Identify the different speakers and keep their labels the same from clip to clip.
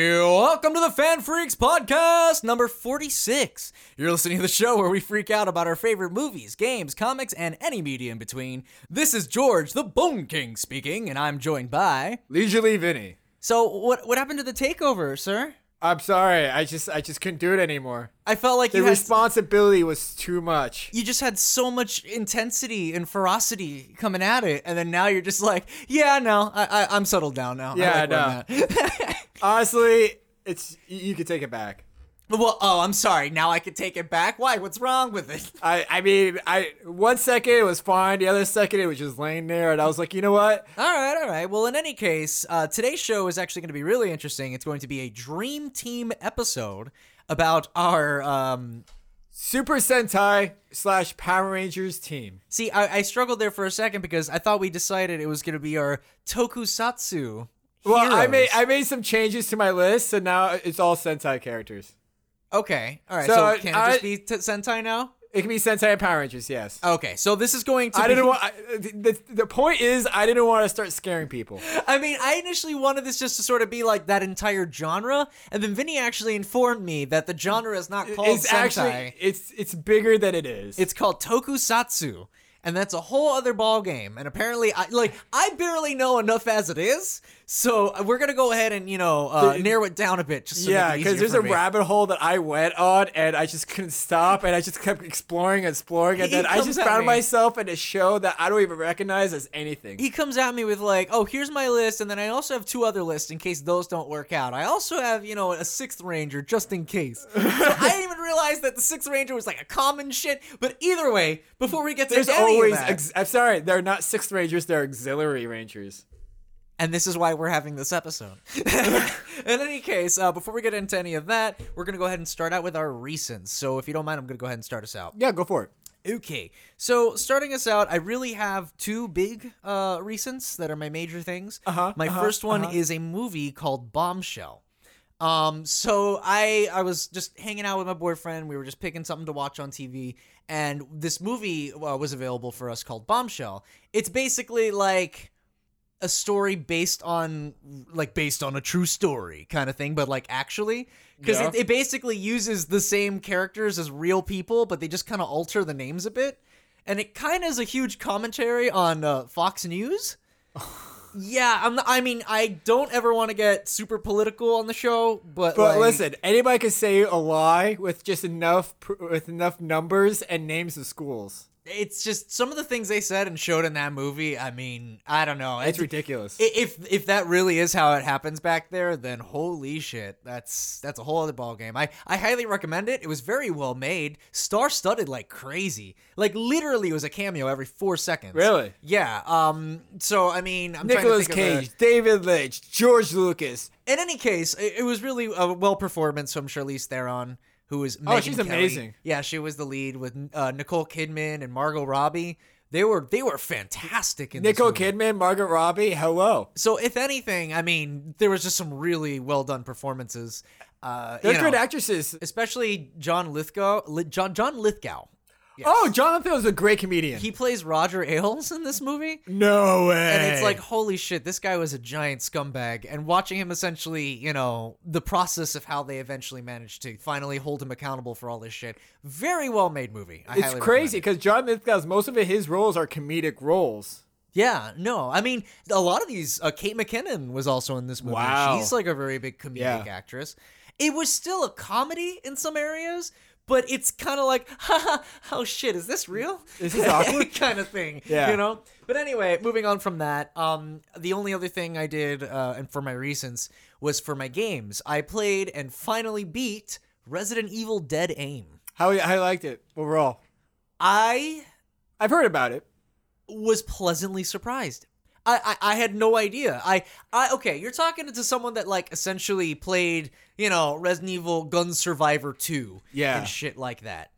Speaker 1: Welcome to the Fan Freaks Podcast, number 46. You're listening to the show where we freak out about our favorite movies, games, comics, and any media in between. This is George, the Bone King, speaking, and I'm joined by.
Speaker 2: Leisurely Vinny.
Speaker 1: So, what what happened to the takeover, sir?
Speaker 2: I'm sorry. I just I just couldn't do it anymore.
Speaker 1: I felt like
Speaker 2: The
Speaker 1: you had
Speaker 2: responsibility was too much.
Speaker 1: you just had so much intensity and ferocity coming at it, and then now you're just like, yeah, no, I, I I'm settled down now. I
Speaker 2: Yeah, I
Speaker 1: like where I'm at."
Speaker 2: Honestly, it's you, you could take it back.
Speaker 1: well, oh, I'm sorry. Now I can take it back. Why? What's wrong with it?
Speaker 2: I I mean I one second it was fine, the other second it was just laying there, and I was like, you know what?
Speaker 1: All right, all right. Well, in any case, uh, today's show is actually going to be really interesting. It's going to be a dream team episode about our. Um,
Speaker 2: Super Sentai slash Power Rangers team.
Speaker 1: see, I, I struggled there for a second because I thought we decided it was going to be our Tokusatsu.
Speaker 2: Well, I
Speaker 1: heroes.
Speaker 2: made I made some changes to my list, and now it's all Sentai characters.
Speaker 1: okay, all right. So,
Speaker 2: So,
Speaker 1: can it
Speaker 2: I-
Speaker 1: just be t- Sentai now?
Speaker 2: It can be Sentai and Power Rangers, yes.
Speaker 1: Okay, so this is going to.
Speaker 2: I
Speaker 1: be,
Speaker 2: didn't want. I, the, the point is, I didn't want to start scaring people.
Speaker 1: I mean, I initially wanted this just to sort of be like that entire genre, and then Vinny actually informed me that the genre is not called
Speaker 2: it's
Speaker 1: Sentai.
Speaker 2: actually it's it's bigger than it is.
Speaker 1: It's called Tokusatsu, and that's a whole other ball game. And apparently, I like I barely know enough as it is, so we're gonna go ahead and you know uh, narrow it down a bit. Just so
Speaker 2: yeah,
Speaker 1: because
Speaker 2: because there's a rabbit hole that I went on and I just couldn't stop and I just kept exploring and exploring and
Speaker 1: He
Speaker 2: then I
Speaker 1: comes
Speaker 2: just
Speaker 1: at
Speaker 2: found
Speaker 1: me.
Speaker 2: myself in a show that I don't even recognize as anything.
Speaker 1: He comes at me with like, "Oh, here's my list," and then I also have two other lists in case those don't work out. I also have, you know, a sixth ranger just in case. So I didn't even realize that the sixth ranger was like a common shit. But either way, before we get to
Speaker 2: there's
Speaker 1: any of
Speaker 2: always
Speaker 1: that-
Speaker 2: ex- I'm sorry, they're not sixth rangers, they're auxiliary rangers.
Speaker 1: And this is why we're having this episode. In any case, uh, before we get into any of that, we're going to go ahead and start out with our recents. So, if you don't mind, I'm going to go ahead and start us out.
Speaker 2: Yeah, go for it.
Speaker 1: Okay. So, starting us out, I really have two big uh, recents that are my major things.
Speaker 2: Uh-huh,
Speaker 1: my
Speaker 2: uh-huh,
Speaker 1: first one is a movie called Bombshell. Um, so I I was just hanging out with my boyfriend. We were just picking something to watch on TV, and this movie uh, was available for us called Bombshell. It's basically like a story based on like based on a true story kind of thing but like actually because
Speaker 2: Yeah.
Speaker 1: it, it basically uses the same characters as real people but they just kind of alter the names a bit and it kind of is a huge commentary on uh, fox news yeah I'm, i mean i don't ever want to get super political on the show but like,
Speaker 2: But listen, anybody can say a lie with just enough pr- with enough numbers and names of schools.
Speaker 1: it's just some of the things they said and showed in that movie i mean i don't know
Speaker 2: It's
Speaker 1: It-
Speaker 2: ridiculous.
Speaker 1: I- if if that really is how it happens back there, then holy shit, that's that's a whole other ball game. I I highly recommend it. It was very well made, star studded like crazy. Like literally, it was a cameo every four seconds.
Speaker 2: Really?
Speaker 1: Yeah. Um. So I mean, I'm
Speaker 2: Nicholas
Speaker 1: trying to think of a-
Speaker 2: Cage, David Lynch, George Lucas,
Speaker 1: in any case, it, it was really a well performance from Charlize Theron, who is Megyn
Speaker 2: Oh, she's
Speaker 1: Kelly.
Speaker 2: amazing.
Speaker 1: Yeah, she was the lead with uh, Nicole Kidman and Margot Robbie. They were they were fantastic in
Speaker 2: Nicole
Speaker 1: this movie.
Speaker 2: Kidman, Margaret Robbie. Hello.
Speaker 1: So if anything, I mean, there was just some really well done performances. Uh,
Speaker 2: They're
Speaker 1: you
Speaker 2: good
Speaker 1: know,
Speaker 2: actresses.
Speaker 1: especially John Lithgow. Li- John John Lithgow. Yes.
Speaker 2: Oh, Jonathan was a great comedian.
Speaker 1: he plays Roger Ailes in this movie.
Speaker 2: no way.
Speaker 1: And it's like, holy shit, this guy was a giant scumbag. And watching him essentially, you know, the process of how they eventually managed to finally hold him accountable for all this shit. Very well made movie. I
Speaker 2: it's
Speaker 1: highly
Speaker 2: crazy
Speaker 1: recommend it.
Speaker 2: because John Lithgow's most of his roles are comedic roles.
Speaker 1: Yeah, no. I mean, a lot of these. Uh, Kate McKinnon was also in this movie.
Speaker 2: Wow.
Speaker 1: She's like a very big comedic
Speaker 2: Yeah.
Speaker 1: actress. It was still a comedy in some areas, but it's kind of like, haha, oh shit, is this real?
Speaker 2: Is this awkward?
Speaker 1: kind of thing.
Speaker 2: Yeah.
Speaker 1: You know? But anyway, moving on from that, um, the only other thing I did, uh, and for my recents, was for my games. I played and finally beat Resident Evil Dead Aim.
Speaker 2: How I liked it overall.
Speaker 1: I
Speaker 2: I've heard about it.
Speaker 1: was pleasantly surprised. I, I, I had no idea. I, I okay, you're talking to someone that like essentially played, you know, Resident Evil Gun Survivor 2
Speaker 2: Yeah.
Speaker 1: and shit like that.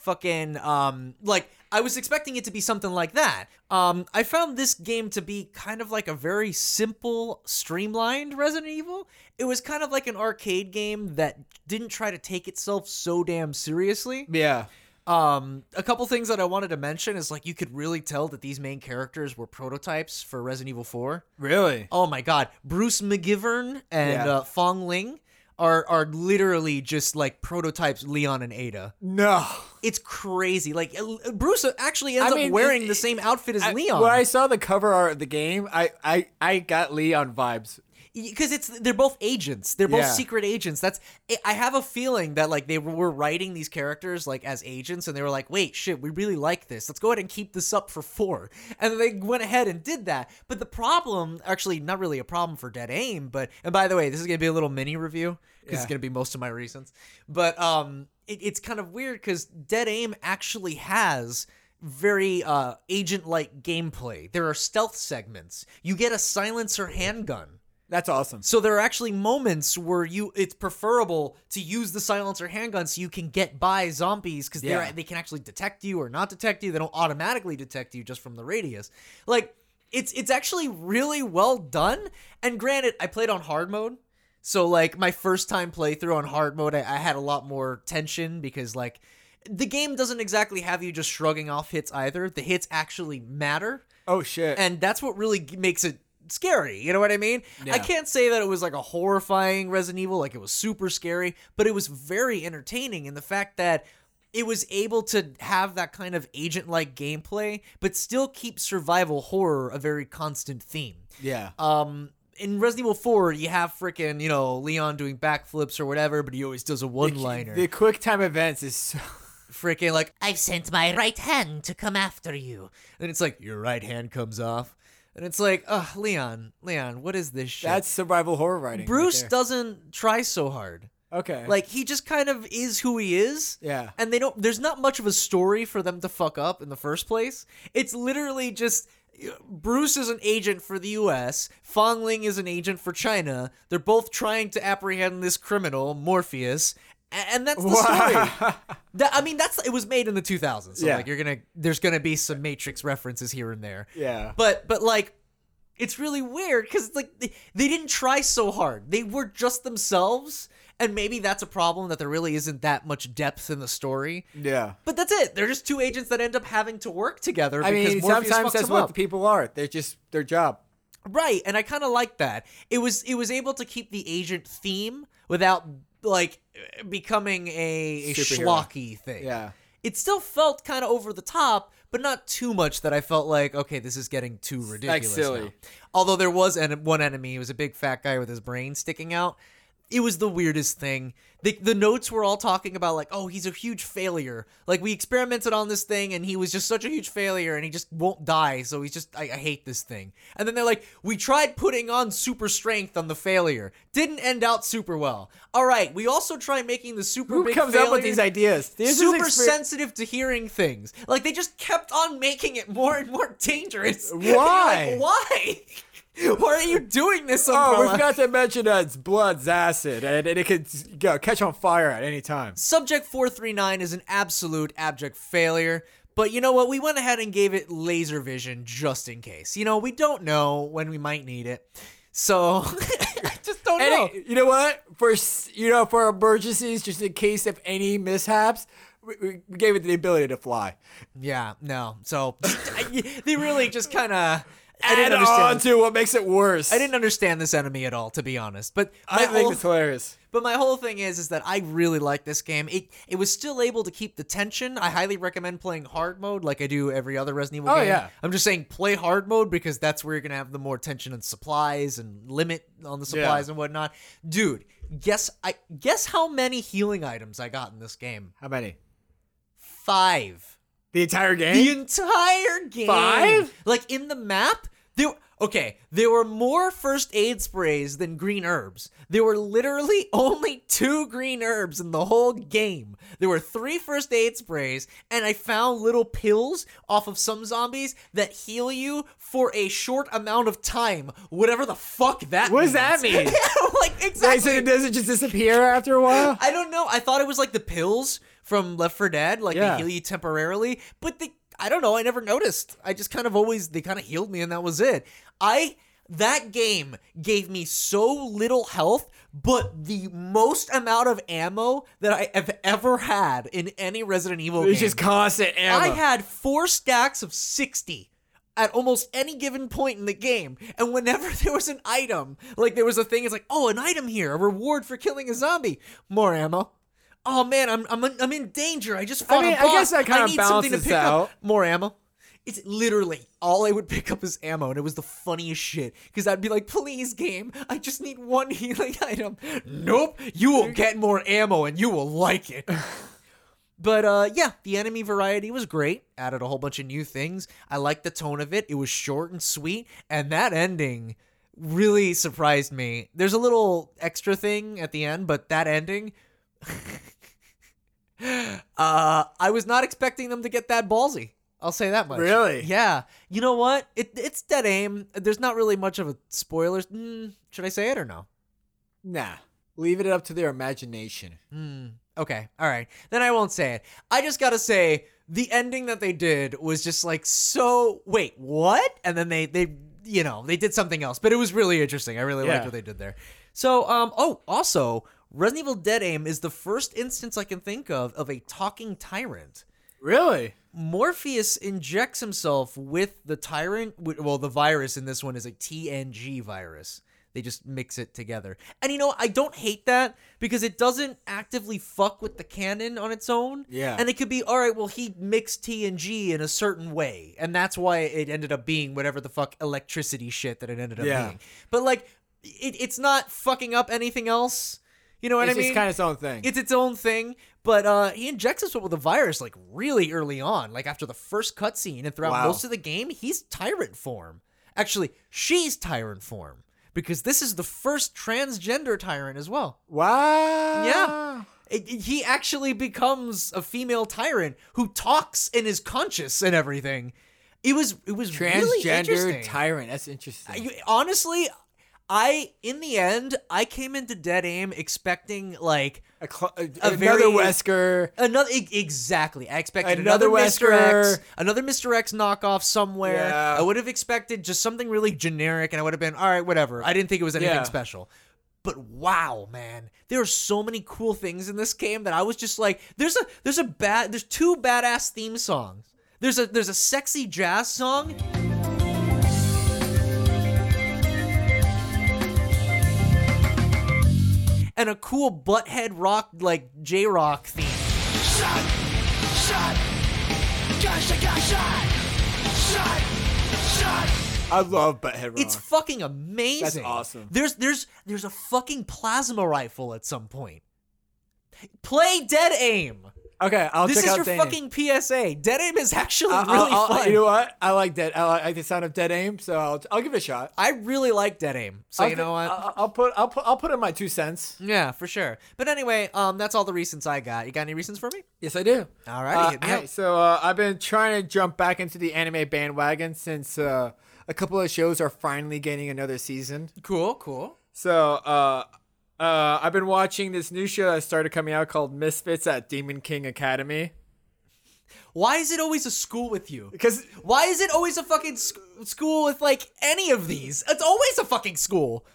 Speaker 1: Fucking um like I was expecting it to be something like that. Um I found this game to be kind of like a very simple, streamlined Resident Evil. It was kind of like an arcade game that didn't try to take itself so damn seriously.
Speaker 2: Yeah.
Speaker 1: Um, a couple things that I wanted to mention is like you could really tell that these main characters were prototypes for Resident Evil 4.
Speaker 2: Really?
Speaker 1: Oh my god, Bruce McGivern and
Speaker 2: Yeah.
Speaker 1: uh, Fong Ling are are literally just like prototypes Leon and Ada.
Speaker 2: No.
Speaker 1: It's crazy. Like uh, Bruce actually ends
Speaker 2: I mean,
Speaker 1: up wearing
Speaker 2: it-
Speaker 1: the same outfit as
Speaker 2: I-
Speaker 1: Leon.
Speaker 2: when I saw the cover art of the game, I I, I got Leon vibes.
Speaker 1: because it's they're both agents they're both
Speaker 2: Yeah.
Speaker 1: secret agents that's I- i have a feeling that like they were writing these characters like as agents and they were like wait shit we really like this let's go ahead and keep this up for four and they went ahead and did that but the problem actually not really a problem for dead aim but and by the way this is gonna be a little mini review because it's
Speaker 2: Yeah.
Speaker 1: gonna be most of my reasons but um it, it's kind of weird because dead aim actually has very uh agent like gameplay there are stealth segments you get a silencer handgun
Speaker 2: That's awesome.
Speaker 1: so there are actually moments where you it's preferable to use the silencer handgun so you can get by zombies because
Speaker 2: Yeah.
Speaker 1: they're they can actually detect you or not detect you. They don't automatically detect you just from the radius. Like it's it's actually really well done. And granted, I played on hard mode. So like my first time playthrough on hard mode, I, I had a lot more tension because like the game doesn't exactly have you just shrugging off hits either. The hits actually matter
Speaker 2: Oh shit.
Speaker 1: and that's what really g- makes it scary you know what i mean
Speaker 2: Yeah.
Speaker 1: i can't say that it was like a horrifying resident evil like it was super scary but it was very entertaining in the fact that it was able to have that kind of agent like gameplay but still keep survival horror a very constant theme
Speaker 2: yeah.
Speaker 1: um in resident evil 4 you have freaking you know leon doing backflips or whatever but he always does a one liner
Speaker 2: The quick time events is so
Speaker 1: freaking like I've sent my right hand to come after you, and it's like your right hand comes off, and it's like, ugh, Leon, Leon, what is this shit?
Speaker 2: that's survival horror writing. right
Speaker 1: Bruce
Speaker 2: there.
Speaker 1: doesn't try so hard.
Speaker 2: okay.
Speaker 1: Like he just kind of is who he is.
Speaker 2: Yeah.
Speaker 1: And they don't. There's not much of a story for them to fuck up in the first place. It's literally just. Bruce is an agent for the U.S. Fong Ling is an agent for China. They're both trying to apprehend this criminal Morpheus, a- and that's the story. That, I mean, that's it was made in the 2000s. So
Speaker 2: Yeah.
Speaker 1: like you're gonna there's gonna be some Matrix references here and there.
Speaker 2: yeah.
Speaker 1: But but like it's really weird because like they, they didn't try so hard. They were just themselves, and maybe that's a problem that there really isn't that much depth in the story.
Speaker 2: Yeah.
Speaker 1: But that's it. They're just two agents that end up having to work together.
Speaker 2: I
Speaker 1: because
Speaker 2: mean,
Speaker 1: Morpheus
Speaker 2: sometimes
Speaker 1: fucks
Speaker 2: that's
Speaker 1: them
Speaker 2: what
Speaker 1: up.
Speaker 2: the people are. They're just their job.
Speaker 1: Right, and I kind of like that. It was it was able to keep the agent theme without like becoming a, a
Speaker 2: Superhero.
Speaker 1: schlocky thing.
Speaker 2: Yeah.
Speaker 1: it still felt kind of over the top, but not too much that I felt like okay, this is getting too ridiculous.
Speaker 2: silly.
Speaker 1: now. Although there was en- one enemy, he was a big fat guy with his brain sticking out. It was the weirdest thing. The, the notes were all talking about like, oh, he's a huge failure. Like we experimented on this thing, and he was just such a huge failure, and he just won't die. So he's just, I, I hate this thing. And then they're like, we tried putting on super strength on the failure, didn't end out super well. All right, we also tried making the super.
Speaker 2: Who
Speaker 1: big
Speaker 2: comes up with
Speaker 1: failure-
Speaker 2: these ideas? This is
Speaker 1: super
Speaker 2: exper-
Speaker 1: sensitive to hearing things. Like they just kept on making it more and more dangerous. And you're
Speaker 2: Why?
Speaker 1: like, Why? Why are you doing this, Umbrella?
Speaker 2: Oh, we forgot to mention that it's blood's acid, and, and it could go catch on fire at any time.
Speaker 1: Subject 439 is an absolute abject failure. But you know what? We went ahead and gave it laser vision just in case. You know, we don't know when we might need it. So I just don't
Speaker 2: And
Speaker 1: know.
Speaker 2: it- you know what? For s- you know, for emergencies, just in case of any mishaps, we, we- we gave it the ability to fly.
Speaker 1: yeah, no. So I- they really just kind of I
Speaker 2: Add
Speaker 1: didn't
Speaker 2: on
Speaker 1: understand.
Speaker 2: to what makes it worse.
Speaker 1: I didn't understand this enemy at all, to be honest. But
Speaker 2: I
Speaker 1: my
Speaker 2: think
Speaker 1: whole-
Speaker 2: it's hilarious.
Speaker 1: But my whole thing is, is that I really like this game. It it was still able to keep the tension. I highly recommend playing hard mode, like I do every other Resident Evil
Speaker 2: Oh,
Speaker 1: game.
Speaker 2: yeah.
Speaker 1: I'm just saying play hard mode because that's where you're gonna have the more tension on supplies and limit on the supplies and whatnot. Dude, guess I guess how many healing items I got in this game?
Speaker 2: How many?
Speaker 1: Five.
Speaker 2: The entire
Speaker 1: The
Speaker 2: game?
Speaker 1: entire game.
Speaker 2: Five?
Speaker 1: Like in the map, there. Okay, there were more first aid sprays than green herbs. There were literally only two green herbs in the whole game. There were three first aid sprays, and I found little pills off of some zombies that heal you for a short amount of time. Whatever the fuck that.
Speaker 2: What
Speaker 1: means.
Speaker 2: does that mean?
Speaker 1: like exactly.
Speaker 2: Like, so it doesn't just disappear after a while?
Speaker 1: I don't know. I thought it was like the pills from Left 4 Dead, like they
Speaker 2: Yeah.
Speaker 1: heal you temporarily, but they I don't know, I never noticed. I just kind of always they kind of healed me and that was it. I that game gave me so little health, but the most amount of ammo that I have ever had in any Resident Evil
Speaker 2: It's
Speaker 1: game.
Speaker 2: just constant ammo.
Speaker 1: I had 4 stacks of 60. at almost any given point in the game. And whenever there was an item, like there was a thing, it's like, oh, an item here, a reward for killing a zombie, more ammo. Oh man, I'm I'm in, I'm in danger. I just fought
Speaker 2: mean,
Speaker 1: a
Speaker 2: I
Speaker 1: boss.
Speaker 2: guess that kinda
Speaker 1: need something to
Speaker 2: balances
Speaker 1: pick
Speaker 2: out.
Speaker 1: up. More ammo. It's literally all I would pick up is ammo, and it was the funniest shit. Because I'd be like, please, game, I just need one healing item. Nope, you will get more ammo and you will like it. But uh, yeah, the enemy variety was great. Added a whole bunch of new things. I liked the tone of it. It was short and sweet, and that ending really surprised me. There's a little extra thing at the end, but that ending, uh, I was not expecting them to get that ballsy. I'll say that much.
Speaker 2: Really?
Speaker 1: Yeah. You know what? It, it's dead aim. There's not really much of a spoilers. Mm, should I say it or no?
Speaker 2: Nah. Leave it up to their imagination.
Speaker 1: Okay, all right. Then I won't say it. I just gotta say the ending that they did was just like so. Wait, what? And then they they you know they did something else, but it was really interesting. I really
Speaker 2: Yeah.
Speaker 1: liked what they did there. So um oh also Resident Evil Dead Aim is the first instance I can think of of a talking tyrant.
Speaker 2: Really?
Speaker 1: Morpheus injects himself with the tyrant. wi- Well, the virus in this one is a TNG virus. They just mix it together. And you know, I don't hate that because it doesn't actively fuck with the canon on its own.
Speaker 2: Yeah.
Speaker 1: And it could be, all right, well, he mixed TNG in a certain way. And that's why it ended up being whatever the fuck electricity shit that it ended up
Speaker 2: Yeah.
Speaker 1: being. But like, it, it's not fucking up anything else. You know what
Speaker 2: it's
Speaker 1: I mean?
Speaker 2: just kind of its own thing.
Speaker 1: it's its own thing. But uh, he injects us with a virus like really early on, like after the first cutscene and throughout
Speaker 2: Wow.
Speaker 1: most of the game, he's tyrant form. Actually, she's tyrant form because this is the first transgender tyrant as well.
Speaker 2: wow. Ah.
Speaker 1: Yeah. It- it- he actually becomes a female tyrant who talks and is conscious and everything. It was it was really
Speaker 2: Transgender
Speaker 1: interesting.
Speaker 2: tyrant. That's interesting.
Speaker 1: You- honestly, I in the end I came into Dead Aim expecting like
Speaker 2: a cl- a,
Speaker 1: a
Speaker 2: another
Speaker 1: very-
Speaker 2: Wesker.
Speaker 1: Another e- exactly. I expected
Speaker 2: Another
Speaker 1: another, Mr.
Speaker 2: Wesker.
Speaker 1: X, another Mr. X knockoff somewhere.
Speaker 2: Yeah.
Speaker 1: I would have expected just something really generic, and I would have been all right, whatever. I didn't think it was anything
Speaker 2: Yeah.
Speaker 1: special. But wow, man, there are so many cool things in this game that I was just like, there's a there's a bad there's two badass theme songs. There's a there's a sexy jazz song and a cool butthead rock like J rock theme.
Speaker 3: Shot! Shot! Gosh, I got shot! Shot! Shot!
Speaker 2: I love Butthead Rock.
Speaker 1: It's fucking amazing.
Speaker 2: Uh, awesome.
Speaker 1: There's there's there's a fucking plasma rifle at some point. Play Dead Aim.
Speaker 2: okay, I'll
Speaker 1: this
Speaker 2: check
Speaker 1: is
Speaker 2: out
Speaker 1: your
Speaker 2: Dead Aim.
Speaker 1: fucking PSA. Dead Aim is actually
Speaker 2: I'll-
Speaker 1: really
Speaker 2: I'll- I'll-
Speaker 1: fun.
Speaker 2: You know what? I like Dead. I like, I like the sound of Dead Aim, so I'll, I'll give it a shot.
Speaker 1: I really like Dead Aim. So
Speaker 2: I'll
Speaker 1: you
Speaker 2: gi-
Speaker 1: know what?
Speaker 2: I'll, I'll put I'll put I'll put in my two cents.
Speaker 1: yeah, for sure. But anyway, um, that's all the reasons I got. You got any reasons for me?
Speaker 2: Yes, I do.
Speaker 1: All right,
Speaker 2: Uh,
Speaker 1: hit me
Speaker 2: hey,
Speaker 1: up.
Speaker 2: so uh, I've been trying to jump back into the anime bandwagon since uh, a couple of shows are finally getting another season.
Speaker 1: Cool, cool.
Speaker 2: So uh, uh, I've been watching this new show that started coming out called Misfits at Demon King Academy
Speaker 1: Why is it always a school with you?
Speaker 2: because
Speaker 1: Why is it always a fucking sc- school with like any of these? It's always a fucking school.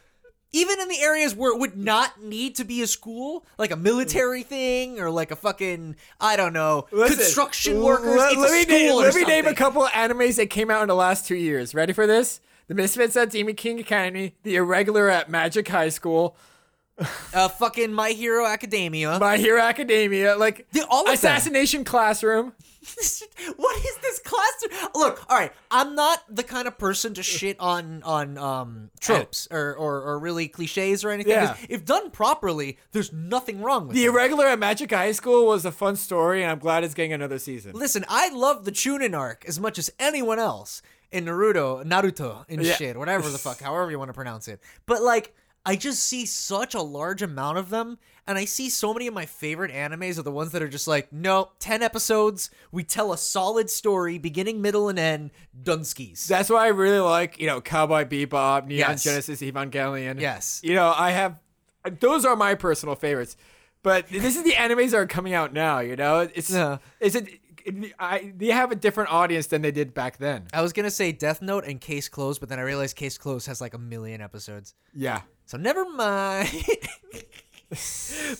Speaker 1: Even in the areas where it would not need to be a school, like a military thing or like a fucking I don't know
Speaker 2: Listen,
Speaker 1: construction
Speaker 2: l-
Speaker 1: workers.
Speaker 2: let-
Speaker 1: it's
Speaker 2: let
Speaker 1: a
Speaker 2: me
Speaker 1: school
Speaker 2: name,
Speaker 1: or
Speaker 2: let me name a
Speaker 1: something.
Speaker 2: couple of animes that came out in the last two years. Ready for this? The Misfits at Demon King Academy, The Irregular at Magic High School,
Speaker 1: uh, fucking My Hero Academia.
Speaker 2: My Hero Academia, like
Speaker 1: The- all of them.
Speaker 2: Assassination Classroom.
Speaker 1: what is this class? Look, all right, I'm not the kind of person to shit on on um tropes or or, or really cliches or anything. 'cause
Speaker 2: Yeah.
Speaker 1: If done properly, there's nothing wrong with
Speaker 2: The
Speaker 1: it.
Speaker 2: Irregular at Magic High School was a fun story, and I'm glad it's getting another season.
Speaker 1: Listen, I love the Chunin arc as much as anyone else in Naruto, Naruto, and
Speaker 2: Yeah.
Speaker 1: shit, whatever the fuck, however you want to pronounce it. But like, I just see such a large amount of them, and I see so many of my favorite animes are the ones that are just like, no, ten episodes, we tell a solid story, beginning, middle, and end, dunskies.
Speaker 2: That's why I really like, you know, Cowboy Bebop, Neon
Speaker 1: Yes.
Speaker 2: Genesis Evangelion.
Speaker 1: Yes.
Speaker 2: You know, I have those are my personal favorites. But this is the animes that are coming out now, you know? It's
Speaker 1: Yeah.
Speaker 2: it's a, it, I, they have a different audience than they did back then.
Speaker 1: I was gonna say Death Note and Case Closed, but then I realized Case Closed has like a million episodes,
Speaker 2: Yeah.
Speaker 1: so never mind.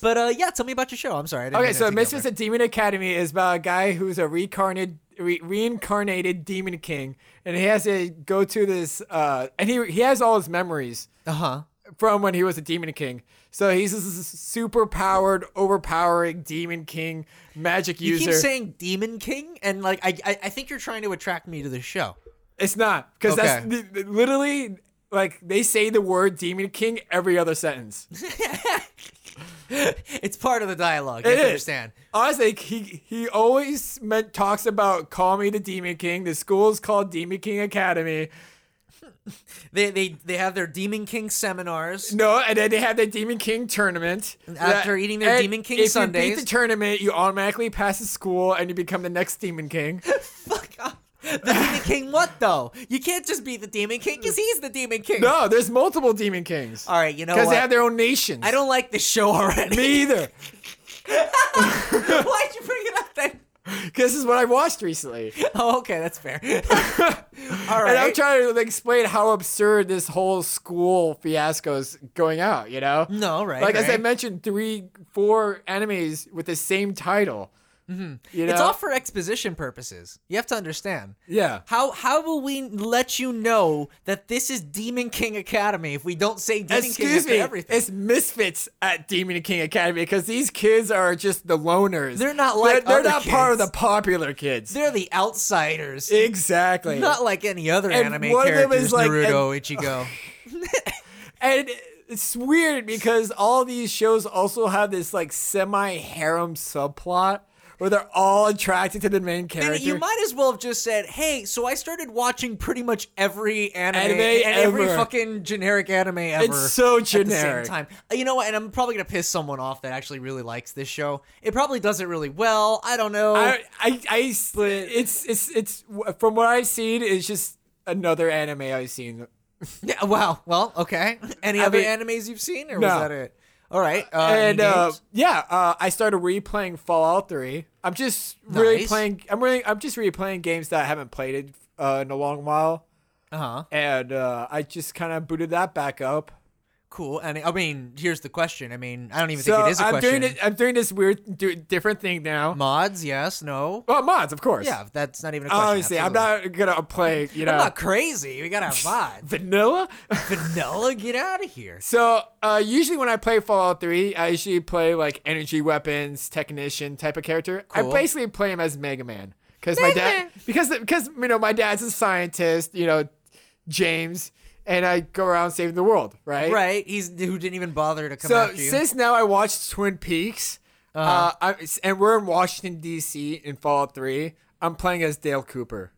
Speaker 1: but uh, yeah, tell me about your show. I'm sorry. I didn't
Speaker 2: Okay,
Speaker 1: mean to
Speaker 2: so
Speaker 1: take
Speaker 2: Misfits
Speaker 1: over.
Speaker 2: of Demon Academy is about a guy who's a reincarnated re- reincarnated Demon King, and he has to go to this. Uh, and he he has all his memories
Speaker 1: Uh huh.
Speaker 2: from when he was a Demon King. So he's this super powered, overpowering Demon King magic
Speaker 1: You
Speaker 2: user.
Speaker 1: keep saying Demon King, and like I, I, I think you're trying to attract me to the show.
Speaker 2: It's not because that's
Speaker 1: Okay.
Speaker 2: li- li- literally like they say the word Demon King every other sentence.
Speaker 1: It's part of the dialogue.
Speaker 2: It
Speaker 1: I
Speaker 2: is.
Speaker 1: understand.
Speaker 2: Honestly, he he always meant, talks about call me the Demon King. The school's called Demon King Academy.
Speaker 1: They, they, they have their Demon King seminars.
Speaker 2: No, and then they have the Demon King tournament.
Speaker 1: After eating their
Speaker 2: and
Speaker 1: Demon King
Speaker 2: if you beat
Speaker 1: sundaes.
Speaker 2: the tournament, you automatically pass the school and you become the next Demon King.
Speaker 1: Fuck off. The Demon King, what though? You can't just be the Demon King because he's the Demon King.
Speaker 2: no, there's multiple Demon Kings
Speaker 1: All right, you know
Speaker 2: because
Speaker 1: what?
Speaker 2: they have their own nations.
Speaker 1: I don't like this show already.
Speaker 2: me either.
Speaker 1: Why'd you bring it up then?
Speaker 2: This is what I watched recently.
Speaker 1: Oh, okay, that's fair. All right.
Speaker 2: And I'm trying to like, explain how absurd this whole school fiasco is going out, you know?
Speaker 1: No, right.
Speaker 2: like as I
Speaker 1: right.
Speaker 2: mentioned, three, four animes with the same title. Mm-hmm. You know?
Speaker 1: it's all for exposition purposes. You have to understand.
Speaker 2: Yeah.
Speaker 1: How how will we let you know that this is Demon King Academy if we don't say Demon
Speaker 2: Excuse
Speaker 1: King
Speaker 2: me.
Speaker 1: after everything?
Speaker 2: It's misfits at Demon King Academy because these kids are just the loners.
Speaker 1: They're not like
Speaker 2: they're,
Speaker 1: other
Speaker 2: not part of the
Speaker 1: kids.
Speaker 2: popular kids.
Speaker 1: They're the outsiders.
Speaker 2: exactly.
Speaker 1: not like any other
Speaker 2: And
Speaker 1: anime
Speaker 2: one of them
Speaker 1: characters,
Speaker 2: is like-
Speaker 1: Naruto, Ichigo.
Speaker 2: and it's weird because all these shows also have this like semi harem subplot where they're all attracted to the main
Speaker 1: And
Speaker 2: character.
Speaker 1: you might as well have just said, "Hey, so I started watching pretty much every anime,
Speaker 2: Anime
Speaker 1: and every
Speaker 2: ever.
Speaker 1: fucking generic anime ever."
Speaker 2: so
Speaker 1: At the same
Speaker 2: generic.
Speaker 1: time, Uh, you know what? And I'm probably gonna piss someone off that actually really likes this show. It probably does it really well. I don't know.
Speaker 2: I, I, I, it's, it's, it's, from what I've seen, it's just another anime I've seen.
Speaker 1: Uh, Yeah, wow. Well, okay. Any
Speaker 2: I
Speaker 1: other
Speaker 2: mean-
Speaker 1: animes you've seen, or
Speaker 2: No.
Speaker 1: was that it? All right. Uh, any
Speaker 2: and, uh,
Speaker 1: games?
Speaker 2: yeah, uh, I started replaying Fallout 3. I'm just really
Speaker 1: Nice.
Speaker 2: playing, I'm really, I'm just replaying games that I haven't played it, uh, in a long while.
Speaker 1: uh-huh.
Speaker 2: And, uh, I just kind of booted that back up.
Speaker 1: Cool. And I mean, here's the question. I mean, I don't even
Speaker 2: So
Speaker 1: think it is a
Speaker 2: I'm
Speaker 1: question.
Speaker 2: doing it, I'm doing this weird, do, different thing now.
Speaker 1: Mods? Yes. No.
Speaker 2: well, mods, of course.
Speaker 1: Yeah. That's not even a question.
Speaker 2: Obviously, I'm
Speaker 1: absolutely.
Speaker 2: not gonna play, you know,
Speaker 1: I'm not crazy. We gotta have mods.
Speaker 2: vanilla.
Speaker 1: Vanilla, get out of here.
Speaker 2: So uh, usually when I play Fallout 3, I usually play like energy weapons technician type of character. I
Speaker 1: Cool.
Speaker 2: basically play him as Mega Man because my dad
Speaker 1: Man.
Speaker 2: because because you know my dad's a scientist, you know, James, and I go around saving the world, right?
Speaker 1: Right? He's who didn't even bother to come
Speaker 2: So
Speaker 1: after you. Uh-huh.
Speaker 2: since now I watched Twin Peaks, uh I, and we're in Washington D.C. in Fallout 3. I'm playing as Dale Cooper.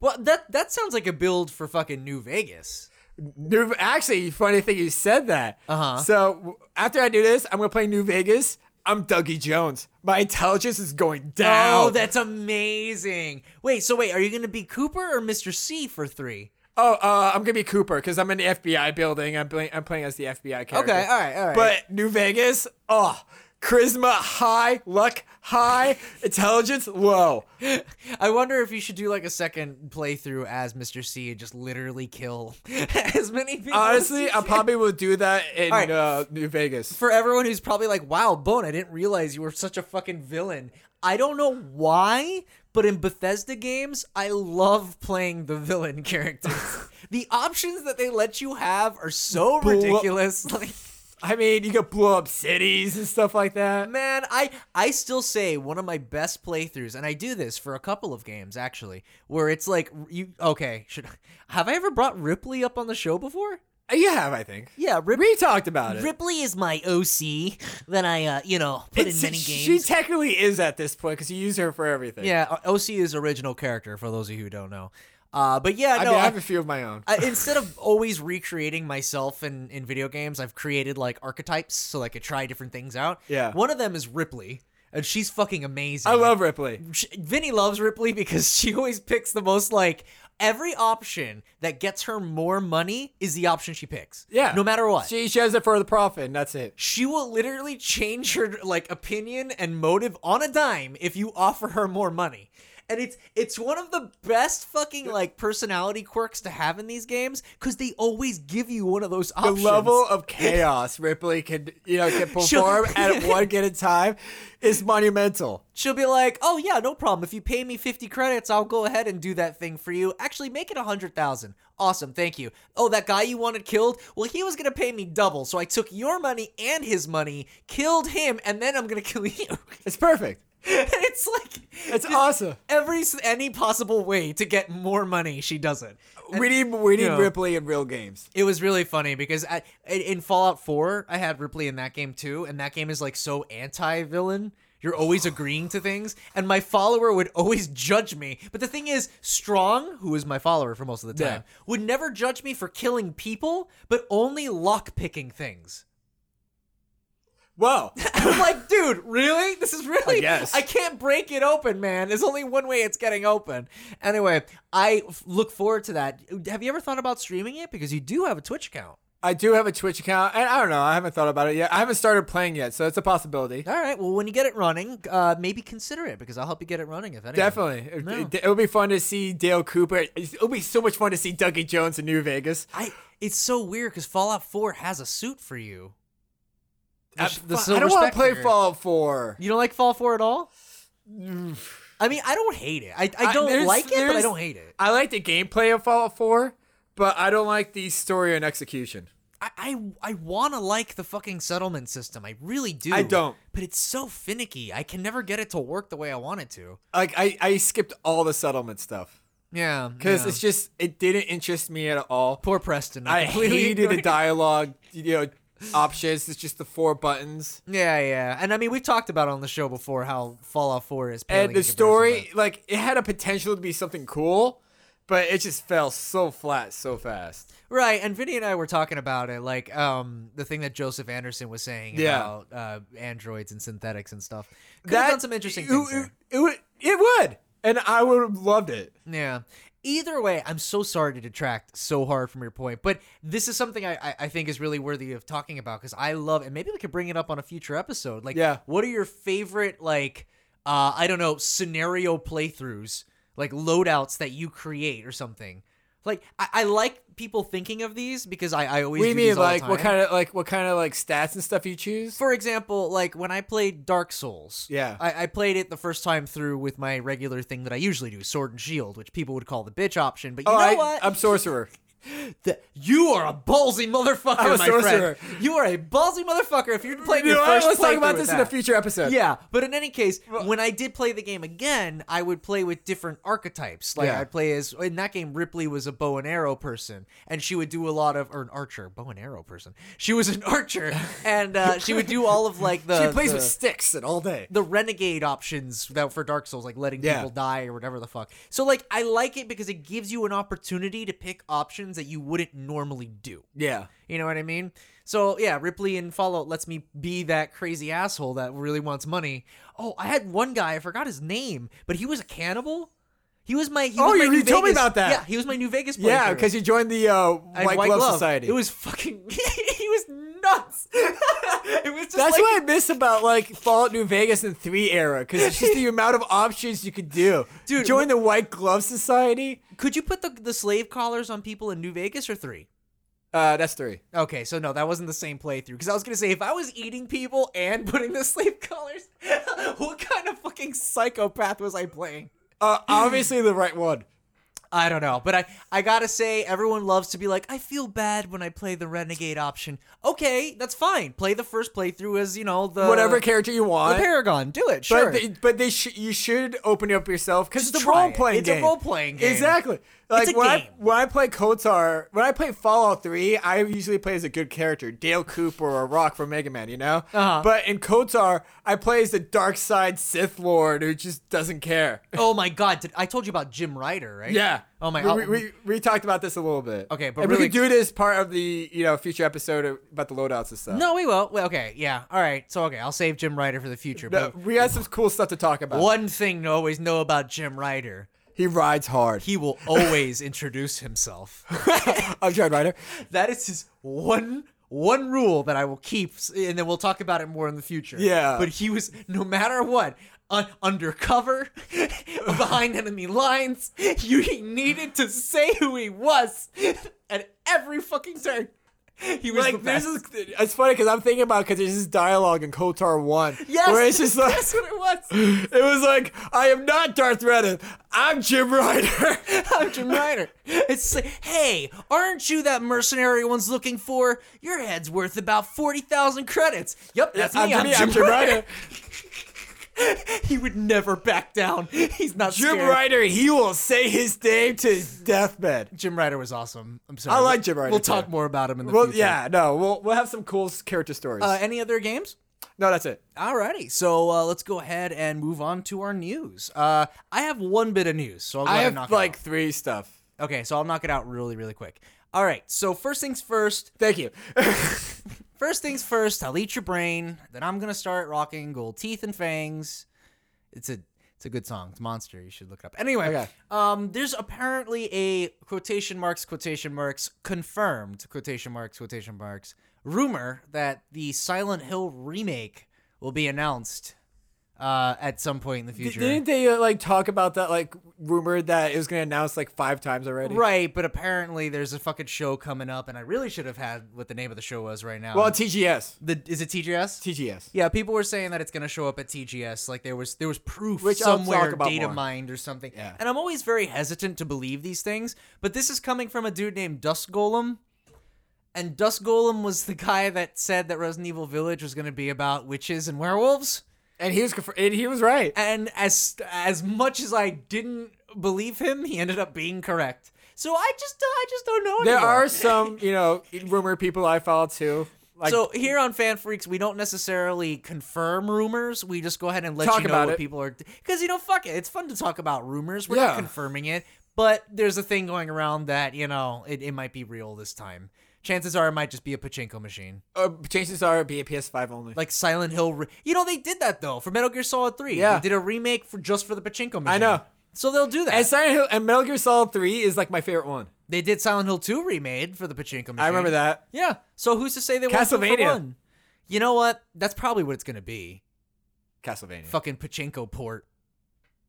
Speaker 1: well, that that sounds like a build for fucking New Vegas.
Speaker 2: New, actually, funny thing you said that.
Speaker 1: Uh-huh.
Speaker 2: So w- after I do this, I'm gonna play New Vegas. I'm Dougie Jones. My intelligence is going down.
Speaker 1: Oh, that's amazing. Wait, so wait, are you gonna be Cooper or Mr. C for three?
Speaker 2: Oh, uh, I'm gonna be Cooper because I'm in the FBI building. I'm playing. I'm playing as the FBI character.
Speaker 1: Okay, all right, all right.
Speaker 2: But New Vegas, oh, charisma high, luck high, intelligence low.
Speaker 1: I wonder if you should do like a second playthrough as Mr. C and just literally kill as many people. as
Speaker 2: Honestly,
Speaker 1: you
Speaker 2: I
Speaker 1: can.
Speaker 2: probably will do that in
Speaker 1: All right.
Speaker 2: uh, New Vegas.
Speaker 1: for everyone who's probably like, "Wow, Bone, I didn't realize you were such a fucking villain." I don't know why, but in Bethesda games, I love playing the villain characters. the options that they let you have are so ridiculous. Like,
Speaker 2: I mean, you could blow up cities and stuff like that.
Speaker 1: man, I I still say one of my best playthroughs, and I do this for a couple of games actually, where it's like you okay, should have I ever brought Ripley up on the show before?
Speaker 2: You have, I think.
Speaker 1: Yeah, Ripley.
Speaker 2: We talked about it.
Speaker 1: Ripley is my OC that I, uh, you know, put in
Speaker 2: It's-
Speaker 1: many games.
Speaker 2: She technically is at this point because you use her for everything.
Speaker 1: Yeah, O- OC is original character for those of you who don't know. Uh, but yeah,
Speaker 2: I
Speaker 1: no,
Speaker 2: mean, I
Speaker 1: I-
Speaker 2: have a few of my own.
Speaker 1: I- instead of always recreating myself in, in video games, I've created like archetypes so I could try different things out.
Speaker 2: Yeah.
Speaker 1: One of them is Ripley, and she's fucking amazing.
Speaker 2: I love Ripley.
Speaker 1: Sh Vinny loves Ripley because she always picks the most like every option that gets her more money is the option she picks.
Speaker 2: Yeah.
Speaker 1: No matter what
Speaker 2: She shows it for the profit, and that's it.
Speaker 1: she will literally change her like opinion and motive on a dime if you offer her more money. and it's it's one of the best fucking like personality quirks to have in these games because they always give you one of those
Speaker 2: the
Speaker 1: options.
Speaker 2: level of chaos Ripley can you know can
Speaker 1: Sure.
Speaker 2: perform at one given time is monumental.
Speaker 1: She'll be like, "Oh yeah, no problem. If you pay me 50 credits, I'll go ahead and do that thing for you. Actually, make it 100,000. Awesome. Thank you. Oh, that guy you wanted killed? Well, he was going to pay me double, so I took your money and his money, killed him, and then I'm going to kill you."
Speaker 2: It's perfect.
Speaker 1: and it's like
Speaker 2: It's
Speaker 1: just
Speaker 2: awesome.
Speaker 1: Every s- any possible way to get more money, she does it.
Speaker 2: we need we need
Speaker 1: you know.
Speaker 2: Ripley in real games.
Speaker 1: It was really funny because I, in- in Fallout 4, I had Ripley in that game too, and that game is like so anti villain. You're always agreeing to things, and my follower would always judge me. But the thing is, Strong, who is my follower for most of the time, would never judge me for killing people, but only lock picking things.
Speaker 2: Whoa.
Speaker 1: I'm like, dude, really? This is really.
Speaker 2: I guess.
Speaker 1: I can't break it open, man. There's only one way it's getting open. Anyway, I f- look forward to that. Have you ever thought about streaming it? Because you do have a Twitch account.
Speaker 2: I do have a Twitch account and I don't know, I haven't thought about it yet. I haven't started playing yet, so it's a possibility.
Speaker 1: All right. Well, when you get it running, uh, maybe consider it because I'll help you get it running. If anything,
Speaker 2: Definitely. It,
Speaker 1: No.
Speaker 2: it, it would be fun to see Dale Cooper. It would be so much fun to see Dougie Jones in New Vegas.
Speaker 1: I. It's so weird because Fallout Four has a suit for you. The
Speaker 2: I,
Speaker 1: sh- the
Speaker 2: I
Speaker 1: silver
Speaker 2: don't want to
Speaker 1: spectre.
Speaker 2: play Fallout 4.
Speaker 1: You don't like Fallout Four at all? I mean, I don't hate it. I, I
Speaker 2: I-
Speaker 1: don't
Speaker 2: there's-
Speaker 1: like it, but I
Speaker 2: there's-
Speaker 1: don't hate it.
Speaker 2: I like the gameplay of Fallout 4, but I don't like the story and execution.
Speaker 1: I I, I want to like the fucking settlement system. I really do.
Speaker 2: I don't.
Speaker 1: But it's so finicky. I can never get it to work the way I want it to.
Speaker 2: Like I, I skipped all the settlement stuff
Speaker 1: Yeah.
Speaker 2: because
Speaker 1: yeah.
Speaker 2: it's just it didn't interest me at all.
Speaker 1: poor Preston.
Speaker 2: I
Speaker 1: completely
Speaker 2: hated
Speaker 1: agree.
Speaker 2: the dialogue, you know, options. It's just the four buttons.
Speaker 1: Yeah, yeah. And I mean, we've talked about on the show before how Fallout 4 is paling
Speaker 2: and the
Speaker 1: in comparison,
Speaker 2: story like it had a potential to be something cool but it just fell so flat so fast
Speaker 1: but- Right, and Vinny and I were talking about it, like um the thing that Joseph Anderson was saying
Speaker 2: Yeah.
Speaker 1: about uh, androids and synthetics and stuff. Could have done some interesting
Speaker 2: it,
Speaker 1: things.
Speaker 2: it,
Speaker 1: there.
Speaker 2: it would it would and i would have loved it
Speaker 1: Yeah. Either way, I'm so sorry to detract so hard from your point, but this is something I, I, I think is really worthy of talking about because I love, and maybe we could bring it up on a future episode. Like,
Speaker 2: Yeah.
Speaker 1: what are your favorite, like, uh, I don't know, scenario playthroughs, like loadouts that you create or something? Like, I, I like people thinking of these because I, I always
Speaker 2: we
Speaker 1: do
Speaker 2: mean
Speaker 1: these all the
Speaker 2: like what
Speaker 1: time.
Speaker 2: kind of like what kind of like stats and stuff you choose
Speaker 1: For example, like when I played Dark Souls,
Speaker 2: Yeah.
Speaker 1: I, I played it the first time through with my regular thing that I usually do, Sword and Shield, which people would call the bitch option. But you
Speaker 2: oh
Speaker 1: know
Speaker 2: I,
Speaker 1: what?
Speaker 2: i'm sorcerer
Speaker 1: that you are a ballsy motherfucker,
Speaker 2: I'm a
Speaker 1: my
Speaker 2: sorcerer.
Speaker 1: friend. You are a ballsy motherfucker if you're playing
Speaker 2: You
Speaker 1: your
Speaker 2: know what?
Speaker 1: first
Speaker 2: let's talk about
Speaker 1: playthrough
Speaker 2: this
Speaker 1: with
Speaker 2: in a
Speaker 1: that.
Speaker 2: future episode
Speaker 1: Yeah, but in any case, when I did play the game again, I would play with different archetypes. Like
Speaker 2: Yeah.
Speaker 1: I'd play as in that game, Ripley was a bow and arrow person, and she would do a lot of or an archer, bow and arrow person. She was an archer, and uh, she would do all of like the
Speaker 2: she plays
Speaker 1: the,
Speaker 2: with sticks and all day
Speaker 1: the renegade options that for Dark Souls, like letting
Speaker 2: Yeah.
Speaker 1: people die or whatever the fuck. So like I like it because it gives you an opportunity to pick options that you wouldn't normally do.
Speaker 2: yeah
Speaker 1: You know what I mean? So yeah, Ripley in Fallout lets me be that crazy asshole that really wants money. Oh, I had one guy, I forgot his name, but he was a cannibal. He was my. He
Speaker 2: Oh,
Speaker 1: was my
Speaker 2: you-
Speaker 1: New
Speaker 2: you told me
Speaker 1: Vegas-
Speaker 2: about that.
Speaker 1: Yeah, he was my New Vegas.
Speaker 2: yeah
Speaker 1: playthrough.
Speaker 2: because you joined the uh,
Speaker 1: I had
Speaker 2: white, glove, society
Speaker 1: It was fucking. he was nuts. it was just
Speaker 2: that's
Speaker 1: like,
Speaker 2: what I miss about like Fallout New Vegas and three era because it's just the amount of options you could do.
Speaker 1: Dude,
Speaker 2: join the White Glove Society.
Speaker 1: Could you put the the slave collars on people in New Vegas or three?
Speaker 2: Uh, that's three.
Speaker 1: Okay, so no, that wasn't the same playthrough. Because I was gonna say, if I was eating people and putting the slave collars, what kind of fucking psychopath was I playing?
Speaker 2: Uh, obviously the right one.
Speaker 1: I don't know, but I I gotta say, everyone loves to be like, I feel bad when I play the renegade option. Okay, that's fine. Play the first playthrough as you know the
Speaker 2: Whatever character you
Speaker 1: the
Speaker 2: want.
Speaker 1: Paragon. Do it,
Speaker 2: but
Speaker 1: sure.
Speaker 2: they, but they sh- you should open up yourself because
Speaker 1: Just
Speaker 2: it's a
Speaker 1: try it.
Speaker 2: role playing
Speaker 1: It's a role-playing game.
Speaker 2: Exactly. Like
Speaker 1: a
Speaker 2: when
Speaker 1: game.
Speaker 2: I when I play Kotar, when I play Fallout Three, I usually play as a good character, Dale Cooper or Rock from Mega Man, you know.
Speaker 1: Uh-huh.
Speaker 2: But in Kotar, I play as the dark side Sith Lord who just doesn't care.
Speaker 1: oh my god, did, I told you about Jim Ryder, right?
Speaker 2: Yeah.
Speaker 1: Oh my.
Speaker 2: We-
Speaker 1: I'll-
Speaker 2: We, we, we talked about this a little bit.
Speaker 1: Okay, but
Speaker 2: and
Speaker 1: really-
Speaker 2: we could do this part of the you know future episode about the loadouts and stuff.
Speaker 1: No, we will. Well, okay, yeah. All right. So okay, I'll save Jim Ryder for the future.
Speaker 2: No,
Speaker 1: But
Speaker 2: we had some cool stuff to talk about.
Speaker 1: one thing to always know about Jim Ryder,
Speaker 2: He rides hard.
Speaker 1: he will always introduce himself.
Speaker 2: I'm Jared Ryder.
Speaker 1: that is his one one rule that I will keep, and then we'll talk about it more in the future.
Speaker 2: Yeah.
Speaker 1: But he was no matter what. un- undercover, behind enemy lines. You he needed to say who he was at every fucking turn. He was
Speaker 2: Like
Speaker 1: the
Speaker 2: there's
Speaker 1: best.
Speaker 2: this, it's funny because I'm thinking about because there's this dialogue in Kotar One
Speaker 1: yes,
Speaker 2: where it's just like
Speaker 1: that's what it was.
Speaker 2: it was like I am not Darth Revan, I'm Jim Ryder.
Speaker 1: I'm Jim Ryder. It's like, hey, aren't you that mercenary one's looking for? Your head's worth about forty thousand credits. Yep, that's
Speaker 2: I'm,
Speaker 1: me. I'm,
Speaker 2: Jimmy-
Speaker 1: Jim
Speaker 2: I'm Jim
Speaker 1: Ryder.
Speaker 2: Ryder.
Speaker 1: He would never back down. He's not
Speaker 2: Jim
Speaker 1: scared.
Speaker 2: Ryder. He will say his name to his deathbed.
Speaker 1: Jim Ryder was awesome. I'm sorry.
Speaker 2: I like Jim Ryder,
Speaker 1: We'll talk
Speaker 2: too.
Speaker 1: more about him in the
Speaker 2: Well,
Speaker 1: future.
Speaker 2: yeah, no, we'll we'll have some cool s- character stories.
Speaker 1: Uh, any other games?
Speaker 2: no, that's it.
Speaker 1: Alrighty, so uh, let's go ahead and move on to our news. Uh, I have one bit of news, so I'll go
Speaker 2: I
Speaker 1: ahead and knock
Speaker 2: have like
Speaker 1: it
Speaker 2: three stuff.
Speaker 1: out. Okay, so I'll knock it out really, really quick. All right, so first things first.
Speaker 2: Thank you.
Speaker 1: First things first. I'll eat your brain. Then I'm gonna start rocking gold teeth and fangs. It's a it's a good song. It's Monster. You should look it up. Anyway,
Speaker 2: Okay.
Speaker 1: um, there's apparently a quotation marks quotation marks confirmed quotation marks quotation marks rumor that the Silent Hill remake will be announced uh, at some point in the future.
Speaker 2: Didn't they uh, like talk about that like rumor that it was gonna announce like five times already?
Speaker 1: Right, but apparently there's a fucking show coming up, and I really should have had what the name of the show was right now.
Speaker 2: Well, TGS,
Speaker 1: the, is it TGS?
Speaker 2: TGS.
Speaker 1: Yeah, people were saying that it's gonna show up at TGS. Like there was there was proof
Speaker 2: Which I'll
Speaker 1: somewhere,
Speaker 2: talk about
Speaker 1: data
Speaker 2: more.
Speaker 1: mined or something.
Speaker 2: Yeah.
Speaker 1: And I'm always very hesitant to believe these things, but this is coming from a dude named Dust Golem. And Dust Golem was the guy that said that Resident Evil Village was gonna be about witches and werewolves.
Speaker 2: And he was conf- and he was right.
Speaker 1: And as as much as I didn't believe him, he ended up being correct. So I just I just don't know.
Speaker 2: There
Speaker 1: anymore.
Speaker 2: are some you know rumor people I follow too. Like,
Speaker 1: so here on Fan Freaks, we don't necessarily confirm rumors. We just go ahead and let
Speaker 2: Talk
Speaker 1: you know
Speaker 2: about
Speaker 1: what
Speaker 2: it.
Speaker 1: people are because you know, fuck it. It's fun to talk about rumors. We're not
Speaker 2: Yeah.
Speaker 1: confirming it, but there's a thing going around that you know it, it might be real this time. Chances are it might just be a pachinko machine,
Speaker 2: uh, chances are it'd be a PS5 only.
Speaker 1: like Silent Hill. Re- you know they did that though for Metal Gear Solid Three.
Speaker 2: Yeah.
Speaker 1: they did a remake for just for the pachinko machine. I
Speaker 2: know.
Speaker 1: So they'll do that.
Speaker 2: and Silent Hill and Metal Gear Solid 3 is like my favorite one.
Speaker 1: they did Silent Hill Two remade for the pachinko machine.
Speaker 2: I remember that.
Speaker 1: Yeah. So who's to say they won't do it for
Speaker 2: Castlevania.
Speaker 1: one? You know what? That's probably what it's gonna be.
Speaker 2: Castlevania
Speaker 1: Fucking pachinko port.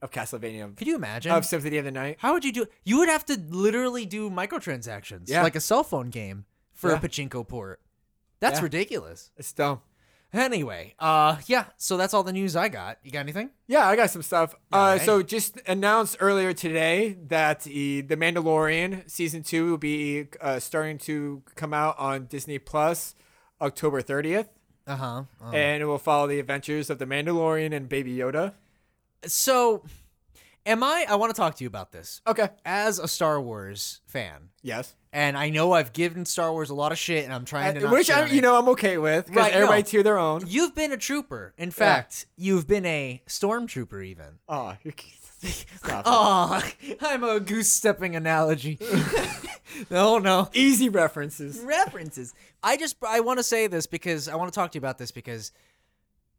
Speaker 2: of Castlevania
Speaker 1: Could you imagine?
Speaker 2: of Symphony of the Night.
Speaker 1: How would you do? You would have to literally do microtransactions,
Speaker 2: Yeah.
Speaker 1: like a cell phone game for a
Speaker 2: Yeah.
Speaker 1: pachinko port. That's
Speaker 2: Yeah.
Speaker 1: ridiculous.
Speaker 2: It's dumb.
Speaker 1: Anyway, uh, yeah. So that's all the news I got. You got anything?
Speaker 2: Yeah, I got some stuff. Uh,
Speaker 1: Alright.
Speaker 2: so just announced earlier today that uh, the Mandalorian season two will be uh, starting to come out on Disney Plus October 30th,
Speaker 1: Uh
Speaker 2: Uh-huh,
Speaker 1: huh.
Speaker 2: and it will follow the adventures of the Mandalorian and Baby Yoda.
Speaker 1: So, am I? I want to talk to you about this
Speaker 2: Okay.
Speaker 1: as a Star Wars fan,
Speaker 2: Yes.
Speaker 1: and I know I've given Star Wars a lot of shit, and I'm trying to.
Speaker 2: Uh,
Speaker 1: Not
Speaker 2: Which
Speaker 1: shit
Speaker 2: I,
Speaker 1: on
Speaker 2: you
Speaker 1: it.
Speaker 2: know, I'm okay with because
Speaker 1: Right, no.
Speaker 2: everybody to their own.
Speaker 1: You've been a trooper. In fact, you've been a stormtrooper, even.
Speaker 2: Oh, you're Stop it.
Speaker 1: Oh, I'm a goose stepping analogy. oh no.
Speaker 2: easy references.
Speaker 1: References. I just I want to say this because I want to talk to you about this because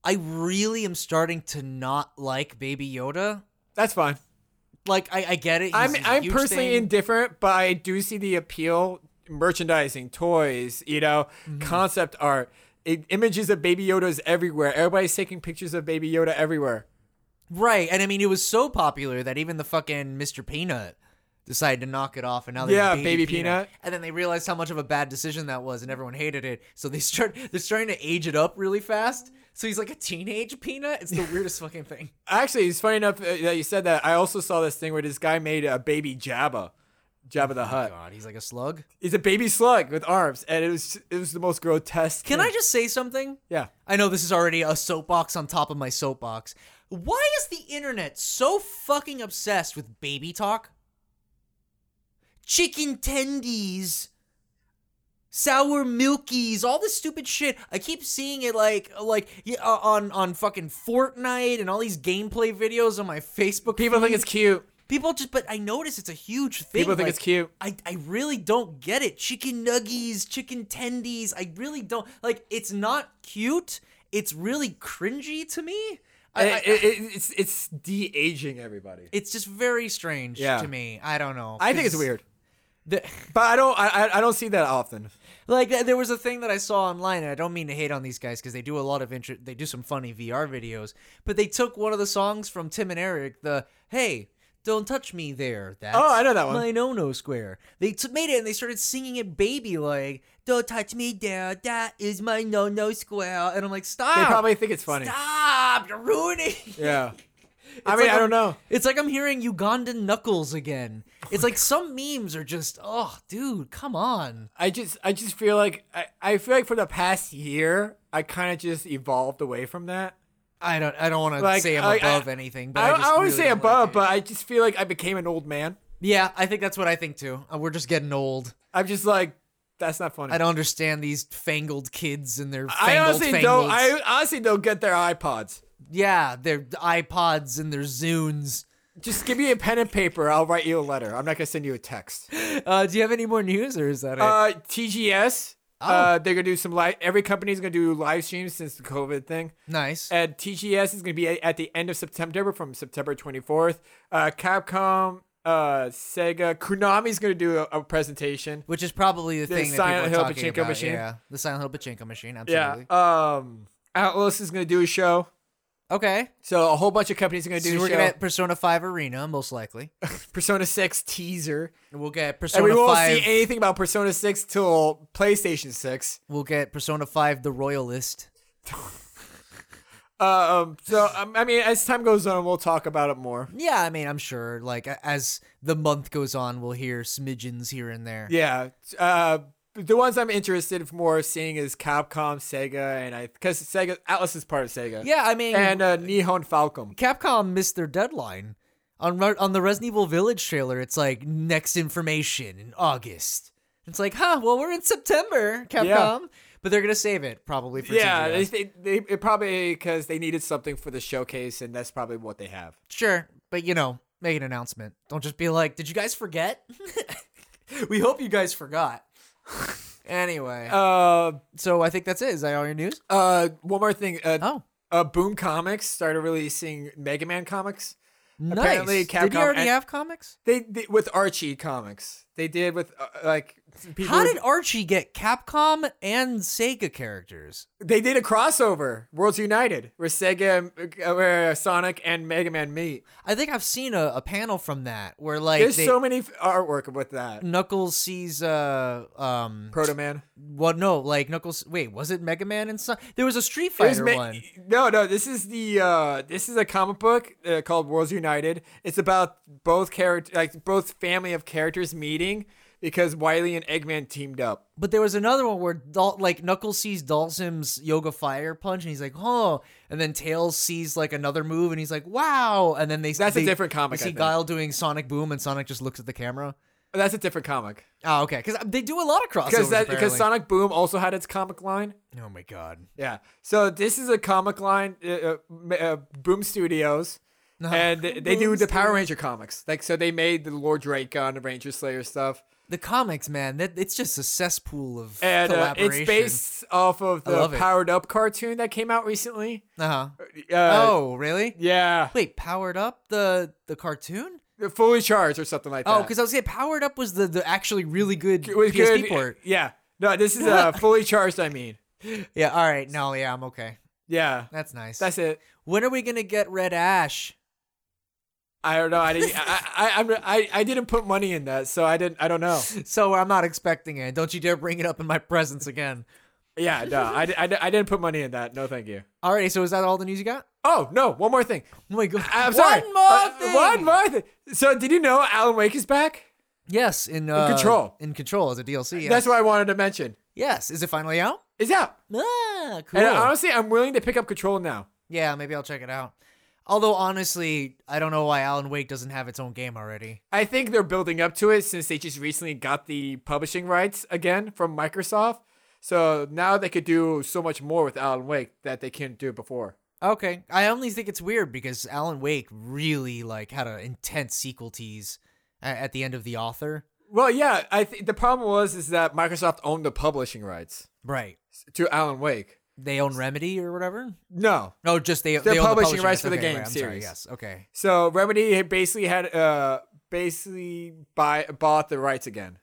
Speaker 1: I really am starting to not like Baby Yoda.
Speaker 2: That's fine.
Speaker 1: Like I, I get it. he's-
Speaker 2: I'm
Speaker 1: he's a
Speaker 2: I'm
Speaker 1: huge
Speaker 2: personally
Speaker 1: thing.
Speaker 2: indifferent, but I do see the appeal. Merchandising, toys, you know,
Speaker 1: Mm-hmm.
Speaker 2: concept art, i- images of Baby Yodas everywhere. Everybody's taking pictures of Baby Yoda everywhere.
Speaker 1: right, and I mean it was so popular that even the fucking Mr. Peanut decided to knock it off, and now they have
Speaker 2: Yeah, Baby Peanut.
Speaker 1: and then they realized how much of a bad decision that was, and everyone hated it. So they start they're starting to age it up really fast. So he's like a teenage peanut. It's the weirdest fucking thing.
Speaker 2: Actually, it's funny enough uh, that you said that. I also saw this thing where this guy made a baby Jabba, Jabba the Hutt.
Speaker 1: Oh God, he's like a slug.
Speaker 2: He's a baby slug with arms, and it was it was the most grotesque.
Speaker 1: Can
Speaker 2: thing.
Speaker 1: I just say something?
Speaker 2: Yeah.
Speaker 1: I know this is already a soapbox on top of my soapbox. Why is the internet so fucking obsessed with baby talk? Chicken tendies, sour milkies, all this stupid shit. I keep seeing it like like yeah, uh, on on fucking Fortnite and all these gameplay videos on my Facebook.
Speaker 2: People think
Speaker 1: feed.
Speaker 2: it's cute.
Speaker 1: people just, but I notice it's a huge thing.
Speaker 2: People think
Speaker 1: like-
Speaker 2: it's cute.
Speaker 1: I, I really don't get it. Chicken nuggies, chicken tendies. I really don't like. It's not cute. It's really cringy to me. I, I-
Speaker 2: It- it- it- Eh, it's it's de aging everybody.
Speaker 1: it's just very strange
Speaker 2: Yeah.
Speaker 1: to me. I don't know.
Speaker 2: I think it's
Speaker 1: 'cause
Speaker 2: weird.
Speaker 1: The,
Speaker 2: But I don't I I- I don't see that often.
Speaker 1: like th- there was a thing that I saw online, and I don't mean to hate on these guys because they do a lot of inter- they do some funny VR videos, but they took one of the songs from Tim and Eric, the "Hey, don't touch me there." That's
Speaker 2: Oh, I know that one.
Speaker 1: My no no square. They t- made it and they started singing it, baby, like "Don't touch me there, that is my no no square," and I'm like, stop.
Speaker 2: They probably think it's funny.
Speaker 1: Stop! You're ruining.
Speaker 2: Yeah. I
Speaker 1: It's
Speaker 2: mean,
Speaker 1: like
Speaker 2: I
Speaker 1: I'm-
Speaker 2: don't know.
Speaker 1: It's like I'm hearing Ugandan knuckles again. It's like some memes are just, oh, dude, come on.
Speaker 2: I just I just feel like I, I feel like for the past year I kind of just evolved away from that.
Speaker 1: I don't, I don't want to
Speaker 2: Like
Speaker 1: say I'm
Speaker 2: like,
Speaker 1: above
Speaker 2: I,
Speaker 1: anything, but
Speaker 2: I,
Speaker 1: I,
Speaker 2: I,
Speaker 1: just
Speaker 2: always
Speaker 1: really
Speaker 2: say
Speaker 1: don't
Speaker 2: above,
Speaker 1: like
Speaker 2: but I just feel like I became an old man.
Speaker 1: it. yeah, I think that's what I think too. Uh, We're just getting old.
Speaker 2: I'm just like that's not funny.
Speaker 1: I don't understand these fangled kids and their
Speaker 2: I
Speaker 1: fangled
Speaker 2: honestly
Speaker 1: fangles.
Speaker 2: don't. I honestly don't get their iPods.
Speaker 1: yeah, their iPods and their Zunes.
Speaker 2: Just give me a pen and paper. I'll write you a letter. I'm not gonna send you a text.
Speaker 1: Uh, do you have any more news, or is that it? Oh.
Speaker 2: Uh, TGS. Uh, they're gonna do some live. Every company's gonna do live streams since the COVID thing.
Speaker 1: nice.
Speaker 2: And TGS is going to be at the end of September, from September 24th. Uh, Capcom, uh, Sega, Konami is going to do a, a presentation.
Speaker 1: Which is probably the, thing that
Speaker 2: Silent
Speaker 1: people are
Speaker 2: Hill
Speaker 1: talking
Speaker 2: pachinko
Speaker 1: about.
Speaker 2: machine.
Speaker 1: Yeah, the Silent Hill pachinko machine. Absolutely.
Speaker 2: Yeah. Um, Atlas is going to do a show.
Speaker 1: okay.
Speaker 2: So a whole bunch of companies are going to
Speaker 1: So
Speaker 2: do a
Speaker 1: we're
Speaker 2: show.
Speaker 1: gonna get Persona Five Arena most likely.
Speaker 2: Persona 6 teaser.
Speaker 1: And We'll get
Speaker 2: And
Speaker 1: Persona
Speaker 2: we won't
Speaker 1: Five.
Speaker 2: see anything about Persona 6 till PlayStation 6.
Speaker 1: we'll get Persona Five The Royalist.
Speaker 2: Uh, um, so, um, I mean, as time goes on, we'll talk about it more.
Speaker 1: Yeah, I mean, I'm sure. Like a- as the month goes on, we'll hear smidgens here and there.
Speaker 2: Yeah. Uh, the ones I'm interested for more seeing is Capcom, Sega, and I because Sega Atlas is part of Sega.
Speaker 1: Yeah, I mean,
Speaker 2: And uh, Nihon Falcom.
Speaker 1: Capcom missed their deadline on Re- on the Resident Evil Village trailer. It's like next information in August. It's like, huh? Well, we're in September, Capcom. But they're gonna save it probably for
Speaker 2: Yeah,
Speaker 1: TGS.
Speaker 2: they, they, they it probably because they needed something for the showcase, and that's probably what they have.
Speaker 1: Sure, but you know, make an announcement. Don't just be like, "Did you guys forget?" we hope you guys forgot. anyway,
Speaker 2: Uh,
Speaker 1: so I think that's it. Is that all your news?
Speaker 2: uh, one more thing. Uh,
Speaker 1: Oh,
Speaker 2: uh, Boom Comics started releasing Mega Man comics.
Speaker 1: nice.
Speaker 2: Apparently
Speaker 1: did you
Speaker 2: Capcom
Speaker 1: already
Speaker 2: and-
Speaker 1: have comics?
Speaker 2: They, they with Archie comics. They did with uh, like people.
Speaker 1: How did Archie get Capcom and Sega characters?
Speaker 2: they did a crossover? Worlds United, where Sega, uh, where Sonic and Mega Man meet.
Speaker 1: I think I've seen a, a panel from that where like
Speaker 2: There's
Speaker 1: they-
Speaker 2: so many f- artwork with that.
Speaker 1: Knuckles sees uh um
Speaker 2: Proto Man.
Speaker 1: well no like Knuckles wait was it Mega Man and Son- there was a Street
Speaker 2: It was
Speaker 1: Fighter
Speaker 2: ma-
Speaker 1: one
Speaker 2: No, no. This is the uh, this is a comic book uh, called Worlds United. It's about both character, like both family of characters meeting because Wily and Eggman teamed up.
Speaker 1: But there was another one where Dal- like Knuckles sees Dalsim's Yoga Fire punch, and he's like, "Oh!" And then Tails sees like another move, and he's like, "Wow!" And then they
Speaker 2: That's a
Speaker 1: they-
Speaker 2: different comic,
Speaker 1: they
Speaker 2: I
Speaker 1: see
Speaker 2: think.
Speaker 1: Guile doing Sonic Boom, and Sonic just looks at the camera.
Speaker 2: That's a different comic
Speaker 1: Oh, okay, because they do a lot of crossovers.
Speaker 2: because that because
Speaker 1: apparently.
Speaker 2: Sonic Boom also had its comic line.
Speaker 1: Oh my god!
Speaker 2: Yeah. So this is a comic line, uh, uh, m- uh, Boom Studios. And they, they do the Power Ranger comics, like so. They made the Lord Dracon, the Ranger Slayer stuff,
Speaker 1: The comics, man, that it's just a cesspool of
Speaker 2: and uh,
Speaker 1: collaboration.
Speaker 2: it's based off of the
Speaker 1: love it.
Speaker 2: Powered Up cartoon that came out recently.
Speaker 1: Uh-huh.
Speaker 2: Uh,
Speaker 1: oh, really?
Speaker 2: Yeah,
Speaker 1: Wait, powered up the the cartoon?
Speaker 2: fully charged or something like that.
Speaker 1: Oh, because I was saying powered up was the, the actually really good
Speaker 2: It was
Speaker 1: PSP
Speaker 2: good-
Speaker 1: port.
Speaker 2: Yeah, no, this is uh, fully charged. I mean,
Speaker 1: Yeah. All right. No. Yeah. I'm okay.
Speaker 2: yeah,
Speaker 1: That's nice.
Speaker 2: that's it.
Speaker 1: When are we gonna get Red Ash?
Speaker 2: I don't know. I didn't. I, I, I'm- I, I didn't put money in that, so I didn't. I don't know.
Speaker 1: So I'm not expecting it. Don't you dare bring it up in my presence again.
Speaker 2: Yeah, no, I, di- I, di- I didn't put money in that. No, thank you.
Speaker 1: All right. So is that all the news you got?
Speaker 2: Oh no, one more thing.
Speaker 1: Oh my god.
Speaker 2: I'm sorry.
Speaker 1: One more
Speaker 2: Uh,
Speaker 1: thing.
Speaker 2: One more thing. So, did you know Alan Wake is back?
Speaker 1: Yes. In, uh,
Speaker 2: Control.
Speaker 1: In control as a DLC. Yes.
Speaker 2: That's what I wanted to mention.
Speaker 1: Yes. Is it finally out?
Speaker 2: It's out.
Speaker 1: Ah, cool.
Speaker 2: And honestly, I'm willing to pick up Control now.
Speaker 1: yeah. Maybe I'll check it out. Although honestly, I don't know why Alan Wake doesn't have its own game already.
Speaker 2: I think they're building up to it since they just recently got the publishing rights again from Microsoft. So now they could do so much more with Alan Wake that they couldn't do before.
Speaker 1: Okay, I only think it's weird because Alan Wake really like had an intense sequel tease a- at the end of The Author.
Speaker 2: Well, yeah, I think the problem was is that Microsoft owned the publishing rights
Speaker 1: Right.
Speaker 2: to Alan Wake.
Speaker 1: They own Remedy or whatever.
Speaker 2: No,
Speaker 1: No, just they
Speaker 2: They're
Speaker 1: they own the
Speaker 2: publishing
Speaker 1: publishing
Speaker 2: rights for the
Speaker 1: Okay,
Speaker 2: game
Speaker 1: right, I'm Sorry,
Speaker 2: series.
Speaker 1: yes. Okay.
Speaker 2: so Remedy had basically had uh basically buy bought the rights again.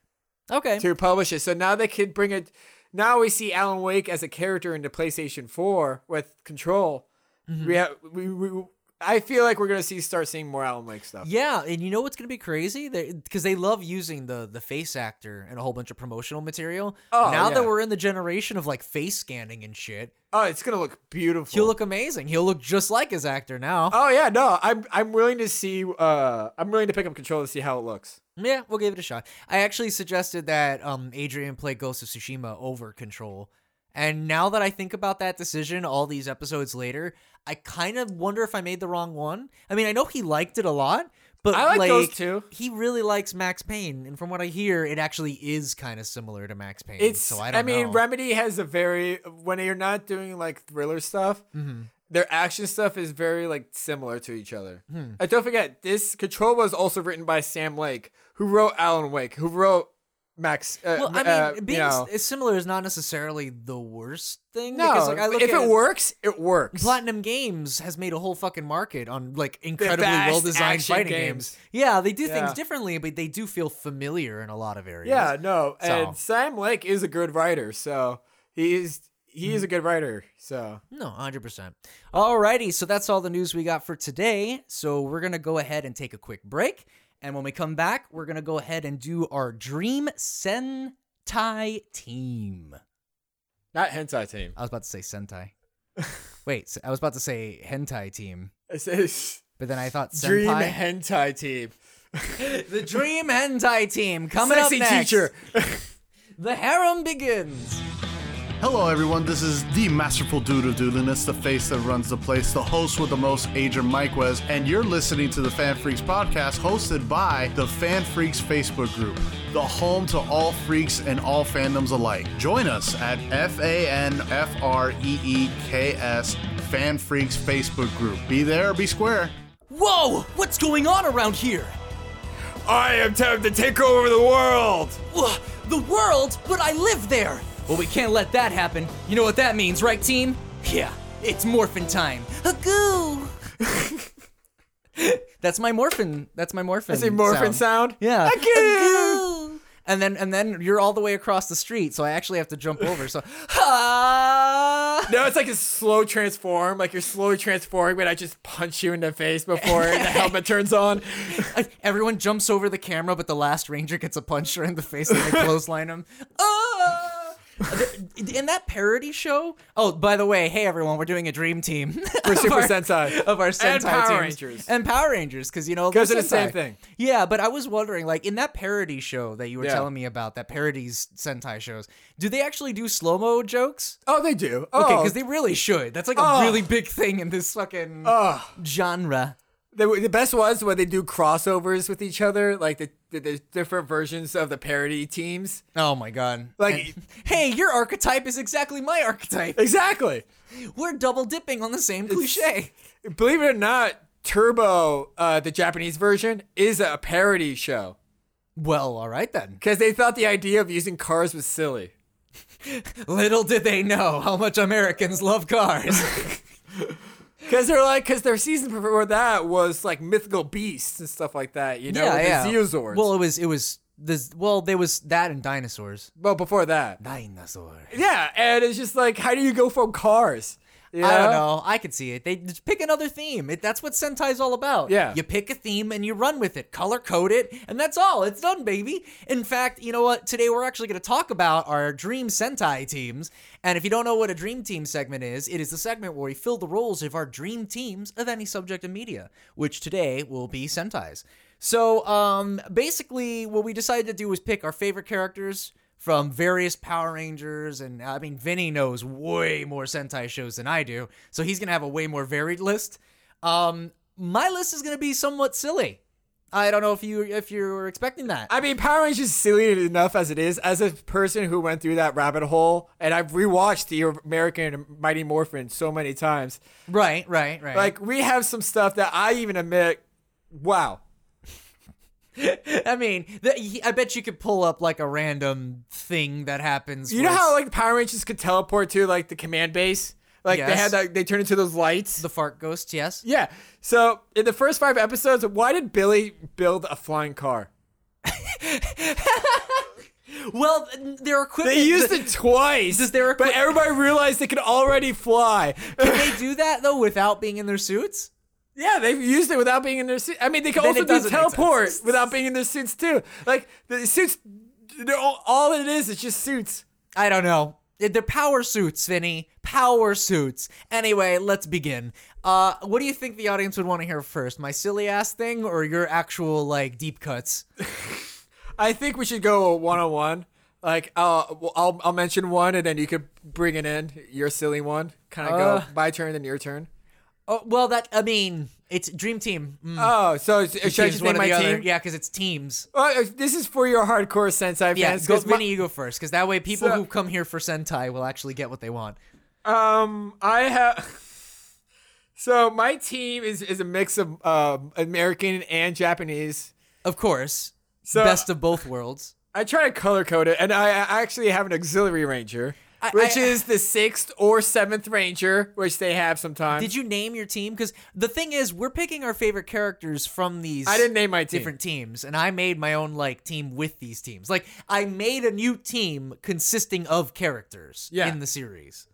Speaker 1: Okay.
Speaker 2: to publish it. So now they could bring it. Now we see Alan Wake as a character into PlayStation 4 with Control.
Speaker 1: Mm-hmm.
Speaker 2: We have we, we. I feel like we're gonna see start seeing more Alan Wake stuff.
Speaker 1: Yeah, and you know what's gonna be crazy? Because they love using the the face actor and a whole bunch of promotional material.
Speaker 2: Oh,
Speaker 1: now that
Speaker 2: yeah.
Speaker 1: we're in the generation of like face scanning and shit,
Speaker 2: Oh, it's gonna look beautiful.
Speaker 1: he'll look amazing. He'll look just like his actor now.
Speaker 2: oh yeah, no, I'm I'm willing to see. Uh, I'm willing to pick up Control and see how it looks.
Speaker 1: yeah, we'll give it a shot. I actually suggested that um Adrian play Ghost of Tsushima over Control. And now that I think about that decision all these episodes later, I kind of wonder if I made the wrong one. I mean, I know he liked it a lot, but
Speaker 2: I like those two.
Speaker 1: He really likes Max Payne, and from what I hear, it actually is kind of similar to Max Payne.
Speaker 2: It's.
Speaker 1: so I don't
Speaker 2: mean,
Speaker 1: know.
Speaker 2: Remedy has a very when you're not doing like thriller stuff.
Speaker 1: Mm-hmm.
Speaker 2: Their action stuff is very like similar to each other.
Speaker 1: Hmm.
Speaker 2: And don't forget, this Control was also written by Sam Lake, who wrote Alan Wake, who wrote Max. Uh,
Speaker 1: well, I mean,
Speaker 2: uh, you
Speaker 1: being
Speaker 2: know.
Speaker 1: s- similar is not necessarily the worst thing.
Speaker 2: no,
Speaker 1: because, like, I look
Speaker 2: if
Speaker 1: at
Speaker 2: it works, it works.
Speaker 1: Platinum Games has made a whole fucking market on like incredibly
Speaker 2: fast
Speaker 1: well designed
Speaker 2: action
Speaker 1: fighting
Speaker 2: games.
Speaker 1: games. Yeah, they do things
Speaker 2: Yeah.
Speaker 1: differently, but they do feel familiar in a lot of areas.
Speaker 2: Yeah, no,
Speaker 1: So-
Speaker 2: and Sam Lake is a good writer, so he is he
Speaker 1: Hmm.
Speaker 2: is a good writer. So
Speaker 1: No, 100%. Alrighty, so that's all the news we got for today. So we're going to go ahead and take a quick break. And when we come back, we're going to go ahead and do our Dream Sentai team.
Speaker 2: not hentai team.
Speaker 1: I was about to say Sentai. Wait, s- I was about to say Hentai team,
Speaker 2: It says
Speaker 1: but then I thought
Speaker 2: dream
Speaker 1: Sentai.
Speaker 2: hentai team.
Speaker 1: the Dream Hentai team coming
Speaker 2: Sexy
Speaker 1: up next.
Speaker 2: teacher.
Speaker 1: The harem begins.
Speaker 4: Hello, everyone. This is the masterful dude of doodliness, the face that runs the place, the host with the most, Adrian Mikewez, and you're listening to the Fan Freaks podcast, hosted by the Fan Freaks Facebook group, the home to all freaks and all fandoms alike. Join us at F A N F R E E K S Fan Freaks Facebook group. Be there or be square.
Speaker 1: Whoa! What's going on around here?
Speaker 2: I am time to take over the world.
Speaker 1: Ugh, the world, but I live there. Well, we can't let that happen. You know what that means, right, team? Yeah, it's morphin time. Hagoo! that's my morphin. That's my morphin.
Speaker 2: Is it morphin sound?
Speaker 1: Yeah.
Speaker 2: Again.
Speaker 1: Hagoo! And then and then you're all the way across the street, so I actually have to jump over. So ha!
Speaker 2: No, it's like a slow transform. Like you're slowly transforming, but I just punch you in the face before the helmet turns on.
Speaker 1: Everyone jumps over the camera, but the last ranger gets a puncher in the face and they clothesline him. Ah! In that parody show, oh, by the way, hey everyone, we're doing a dream team
Speaker 2: For
Speaker 1: of
Speaker 2: Super
Speaker 1: our-
Speaker 2: Sentai.
Speaker 1: of our Sentai
Speaker 2: And Power
Speaker 1: teams.
Speaker 2: Rangers.
Speaker 1: and Power Rangers, because you know
Speaker 2: Goes
Speaker 1: they're
Speaker 2: to the same
Speaker 1: Sentai.
Speaker 2: thing.
Speaker 1: Yeah, but I was wondering, like in that parody show that you were
Speaker 2: Yeah.
Speaker 1: telling me about, that parodies Sentai shows, do they actually do slow mo jokes?
Speaker 2: Oh, they do. Oh,
Speaker 1: Okay, because they really should. That's like a
Speaker 2: Oh.
Speaker 1: really big thing in this fucking
Speaker 2: Oh.
Speaker 1: genre.
Speaker 2: The, the best was when they do crossovers with each other, like the, the, the different versions of the parody teams.
Speaker 1: Oh my god.
Speaker 2: Like-
Speaker 1: And- hey, your archetype is exactly my archetype.
Speaker 2: Exactly.
Speaker 1: We're double dipping on the same cliche.
Speaker 2: Believe it or not, Turbo, uh, the Japanese version, is a parody show
Speaker 1: Well, all right then.
Speaker 2: because they thought the idea of using cars was silly.
Speaker 1: Little did they know how much Americans love cars.
Speaker 2: Because they're like, because their season before that was like mythical beasts and stuff like that, you know, with the Zeozords.
Speaker 1: Well, it was it was this. Well, there was that and dinosaurs.
Speaker 2: well, before that.
Speaker 1: Dinosaur.
Speaker 2: Yeah, and it's just like, how do you go from cars? You
Speaker 1: I don't know. I could see it. They just pick another theme. It, that's what Sentai's all about.
Speaker 2: Yeah.
Speaker 1: You pick a theme and you run with it, color code it, and that's all. It's done, baby. In fact, you know what? Today we're actually going to talk about our Dream Sentai teams. And if you don't know what a Dream Team segment is, it is the segment where we fill the roles of our dream teams of any subject in media, which today will be Sentai's. So um, basically, what we decided to do was pick our favorite characters from various Power Rangers, and I mean, Vinny knows way more Sentai shows than I do, so he's gonna have a way more varied list. Um, my list is gonna be somewhat silly. I don't know if you if you were expecting that.
Speaker 2: I mean, Power Rangers is silly enough as it is. As a person who went through that rabbit hole, and I've rewatched the American Mighty Morphin so many times,
Speaker 1: right, right, right.
Speaker 2: like we have some stuff that I even admit, wow.
Speaker 1: I mean, the, he- I bet you could pull up like a random thing that happens.
Speaker 2: You
Speaker 1: where
Speaker 2: know how
Speaker 1: it's
Speaker 2: like Power Rangers could teleport to like the command base, like they
Speaker 1: Yes.
Speaker 2: had that they turn into those lights.
Speaker 1: the fart ghost? Yes.
Speaker 2: yeah. So in the first five episodes, why did Billy build a flying car?
Speaker 1: Well, th- their equipment.
Speaker 2: They used
Speaker 1: th-
Speaker 2: it twice,
Speaker 1: does their
Speaker 2: but
Speaker 1: equi-
Speaker 2: everybody realized they could already fly.
Speaker 1: Can they do that though without being in their suits?
Speaker 2: Yeah, they've used it without being in their suits. I mean, they can
Speaker 1: Then
Speaker 2: also
Speaker 1: it doesn't
Speaker 2: do
Speaker 1: make sense.
Speaker 2: teleport without being in their suits too. Like the suits, they're all, all it is is just suits.
Speaker 1: I don't know. They're power suits, Vinny. Power suits. Anyway, let's begin. Uh, what do you think the audience would want to hear first? My silly ass thing or your actual like deep cuts?
Speaker 2: I think we should go one on one. Like I'll, I'll I'll mention one and then you could bring it in your silly one. Kind of
Speaker 1: Uh.
Speaker 2: go my turn then your turn.
Speaker 1: Oh, well, that I mean, it's dream team. Mm,
Speaker 2: Oh, so is- should I
Speaker 1: teams
Speaker 2: just
Speaker 1: one
Speaker 2: name
Speaker 1: or
Speaker 2: my
Speaker 1: the other.
Speaker 2: team?
Speaker 1: Yeah, because it's teams.
Speaker 2: Oh, this is for your hardcore Sensei
Speaker 1: Yeah,
Speaker 2: fans.
Speaker 1: go,
Speaker 2: 'cause my-
Speaker 1: Vinny, you go first, because that way people
Speaker 2: So-
Speaker 1: who come here for Sentai will actually get what they want.
Speaker 2: Um, I have. So my team is is a mix of um American and Japanese.
Speaker 1: Of course,
Speaker 2: So
Speaker 1: best of both worlds.
Speaker 2: I try to color code it, and I I actually have an auxiliary ranger,
Speaker 1: I-
Speaker 2: which
Speaker 1: I-
Speaker 2: is the sixth or seventh ranger, which they have sometimes.
Speaker 1: Did you name your team? Because the thing is, we're picking our favorite characters from these.
Speaker 2: I didn't name my team.
Speaker 1: different teams and i made my own like team with these teams like i made a new team consisting of characters
Speaker 2: Yeah.
Speaker 1: in the series